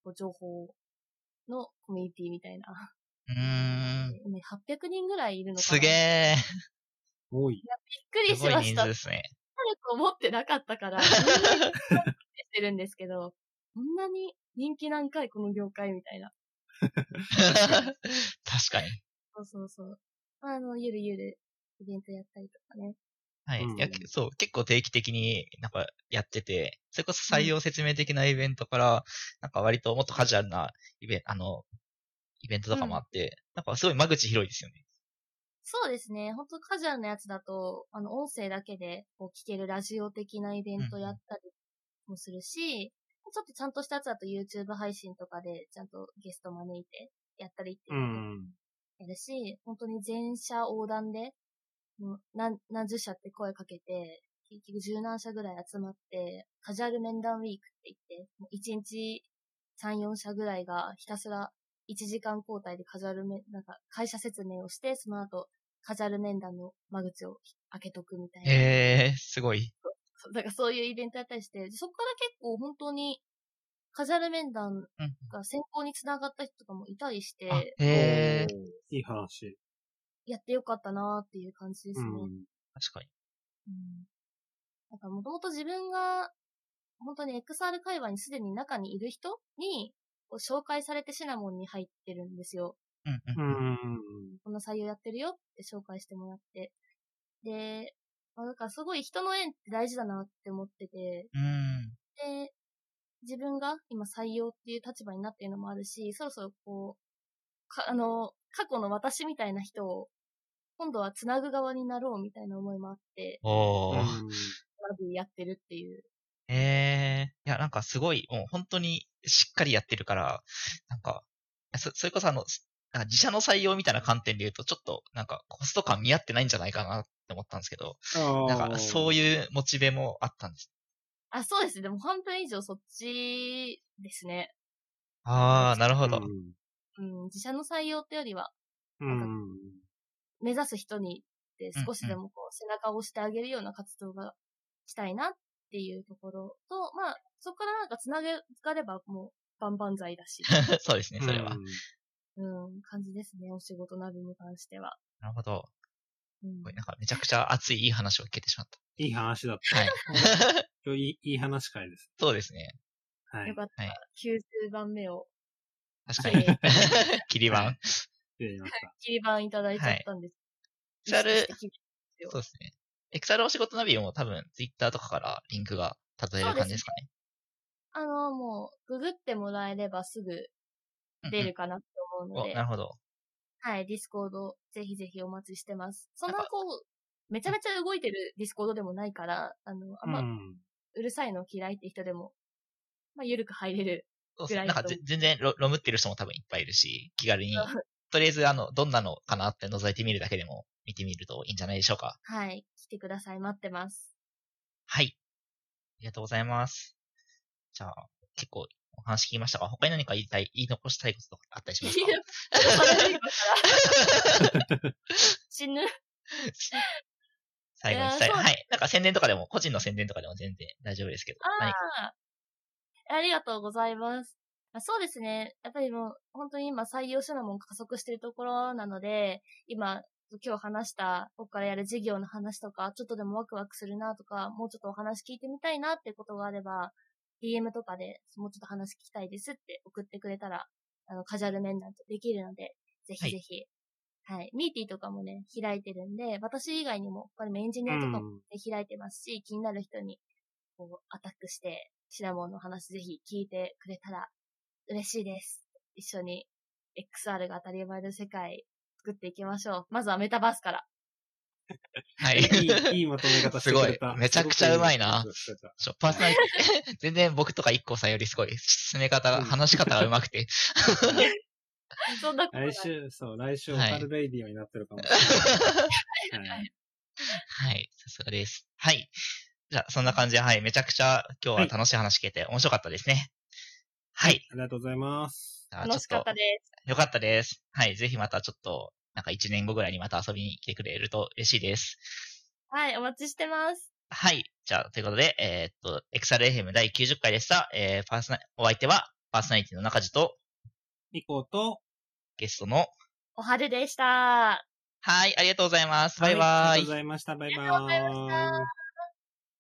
Speaker 3: こう情報のコミュニティみたいな。
Speaker 1: うーん。
Speaker 3: ね800人ぐらいいるのかな
Speaker 1: すげ
Speaker 3: びっ
Speaker 1: え。
Speaker 2: 多い。
Speaker 3: くり
Speaker 1: す
Speaker 3: し
Speaker 1: ごい
Speaker 3: まし
Speaker 1: 人
Speaker 3: た。
Speaker 1: 数
Speaker 3: 体
Speaker 1: ですね。
Speaker 3: 力を持ってなかったから、みんなびっくりしてるんですけど、こんなに人気なんかいこの業界みたいな。
Speaker 1: 確かに。
Speaker 3: そうそうそう。あの、ゆるゆるイベントやったりとかね。
Speaker 1: はい。
Speaker 2: うん
Speaker 1: いやけそう、結構定期的になんかやってて、それこそ採用説明的なイベントから、なんか割ともっとカジュアルなイベント、あの、イベントとかもあって、なんかすごい間口広いですよね。
Speaker 3: そうですね。本当カジュアルなやつだと、あの、音声だけでこう聞けるラジオ的なイベントやったりもするし、ちょっとちゃんとしたやつだと YouTube 配信とかでちゃんとゲスト招いてやったりっていううのも
Speaker 2: ん。
Speaker 3: やるし、本当に全社横断で、もう何、何十社って声かけて、結局十何社ぐらい集まって、カジュアル面談ウィークって言って、もう一日三、四社ぐらいがひたすら一時間交代でカジュアル面、なんか会社説明をして、その後、カジュアル面談の間口を開けとくみたいな。
Speaker 1: へえー、すごい。
Speaker 3: そうだからそういうイベントやったりして、そこから結構本当に、カジュアル面談
Speaker 1: うん
Speaker 3: が先行につながった人とかもいたりして、
Speaker 1: あへえー、
Speaker 2: おーいい話。
Speaker 3: やってよかったなーっていう感じです
Speaker 2: う
Speaker 3: ね。
Speaker 2: ん。
Speaker 1: 確かに。
Speaker 3: うんなんかもともと自分が、本当に XR 界隈にすでに中にいる人に、こう紹介されてシナモンに入ってるんですよ。
Speaker 1: うんう。
Speaker 2: うんん。
Speaker 3: こんな採用やってるよって紹介してもらって。で、まあ、なんかすごい人の縁って大事だなって思ってて、
Speaker 1: うん。
Speaker 3: で、自分が今採用っていう立場になっているのもあるし、そろそろこう、か、あの、過去の私みたいな人を、今度は繋ぐ側になろうみたいな思いもあって、
Speaker 1: おー。
Speaker 3: ラビーやってるっていう
Speaker 1: ええいや、なんかすごい、もう本当にしっかりやってるから、なんか、そそれこそあの、すなんか自社の採用みたいな観点で言うと、ちょっとなんかコスト感見合ってないんじゃないかなって思ったんですけど、なんかそう
Speaker 2: い
Speaker 1: いうモチベもあったんです。
Speaker 3: あ、そうですね。でも半分以上そっちですね。
Speaker 1: ああ、なるほど。
Speaker 3: うん、自社の採用ってよりは、
Speaker 2: うん。うん
Speaker 3: 目指す人にって少しでもこう背中を押してあげるような活動がしたいなっていうところと、まあ、そこからなんか繋がればもう万々歳 だし、
Speaker 1: そうですね、それは。
Speaker 2: うん
Speaker 3: うん、感じですね。お仕事などに関しては。
Speaker 1: なるほど。
Speaker 3: うん
Speaker 1: これなんかめちゃくちゃ熱いいい話を聞けてしまっ。
Speaker 2: いい話だった
Speaker 1: はい。
Speaker 2: た。今日いい、いい話会です。
Speaker 1: そうですね。
Speaker 2: は
Speaker 3: よ
Speaker 2: い
Speaker 3: か。った。
Speaker 1: はい
Speaker 3: 90番目を、
Speaker 1: 確か
Speaker 3: え
Speaker 1: に。
Speaker 3: ー、
Speaker 1: 切り板
Speaker 2: は。失礼しました。
Speaker 3: 切り板いただいちゃったんです。
Speaker 1: いシャル
Speaker 3: 意識的よ
Speaker 1: そうですね。XR お仕事ナビも多分 Twitter とかからリンクが例える感じですかね。
Speaker 3: あの、もう、ググってもらえればすぐ
Speaker 1: うんう
Speaker 3: 出
Speaker 1: ん
Speaker 3: るかなって思うの
Speaker 1: お
Speaker 3: で、
Speaker 1: なるほど。
Speaker 3: はい、ディスコード、ぜひぜひお待ちしてます。そんな、こう、めちゃめちゃ動いてるディスコードでもないから、あの、あん
Speaker 2: う
Speaker 3: ま、
Speaker 2: ん。
Speaker 3: うるさいの嫌いって人でも、まあ、ゆるく入れる。
Speaker 1: そうそ
Speaker 3: ぐ
Speaker 1: う。
Speaker 3: らい
Speaker 1: な
Speaker 3: だ
Speaker 1: んか
Speaker 3: と
Speaker 1: ぜ全然ロロムってる人も多分いっぱいいるし、気軽に
Speaker 3: あ。
Speaker 1: とりあえず、あの、どんなのかなって覗いてみるだけでも見てみるといいんじゃないでしょうか。
Speaker 3: はい。来てください。待ってます。
Speaker 1: はい。ありがとうございます。じゃあ、結構お話聞きましたが、他に何か言いたい、言い残したいこととかあったりしますか
Speaker 3: 死ぬ。
Speaker 1: 最後にしたい。
Speaker 3: いやそう
Speaker 1: はい。なんか宣伝とかでも、個人の宣伝とかでも全然大丈夫ですけど。何か
Speaker 3: ありがとうございます。あそうですね。やっぱりもう、本当に今採用者のも加速してるところなので、今、今日話した、僕からやる事業の話とか、ちょっとでもワクワクするなとか、もうちょっとお話聞いてみたいなってことがあれば、DM とかで、もうちょっと話聞きたいですって送ってくれたら、あの、カジュアル面談とできるので、ぜひぜひ。はい、ミーティーとかもね、開いてるんで、私以外にも、他にもエンジニアとかもで開いてますし、気になる人にこうアタックして、シナモンの話ぜひ聞いてくれたら嬉しいです。一緒に XR が当たり前の世界作っていきましょう。まずはメタバースから。
Speaker 1: はい。
Speaker 2: いい、いいまとめ方してくれ
Speaker 1: す
Speaker 2: た。
Speaker 1: ごいめちゃくちゃうまいな
Speaker 2: すごくまとめ方してくれた
Speaker 1: そうパーソナリティ、 全然僕とか IKKO さんよりすごい、進め方が、
Speaker 2: うん
Speaker 1: 話し方が上手くて。
Speaker 3: そんなことない
Speaker 2: 来週、そう、来週オ
Speaker 1: はい
Speaker 2: カルレイディオになってるかもしれ ない。はい
Speaker 1: はい。さすがです。はい。じゃあ、そんな感じで、はい。めちゃくちゃ今日は楽しい話聞けて面白かったですね。はい。
Speaker 2: ありがとうございます。
Speaker 1: じゃあ
Speaker 3: 楽しかった
Speaker 1: ちょっ
Speaker 3: です。
Speaker 1: と、よかったです。はい。ぜひまたちょっと、なんか1年後ぐらいにまた遊びに来てくれると嬉しいです。
Speaker 3: はい、お待ちしてます。
Speaker 1: はい。じゃあ、ということで、えーっと、XRFM 第90回でした。えー、パーソナ、お相手は、パーソナリティの中地と、
Speaker 2: ミコと、
Speaker 1: ゲストの、
Speaker 3: おはるでした。
Speaker 1: はい、ありがとうございます。バイバーイ。
Speaker 2: はいありがとうございました。バイバーイ。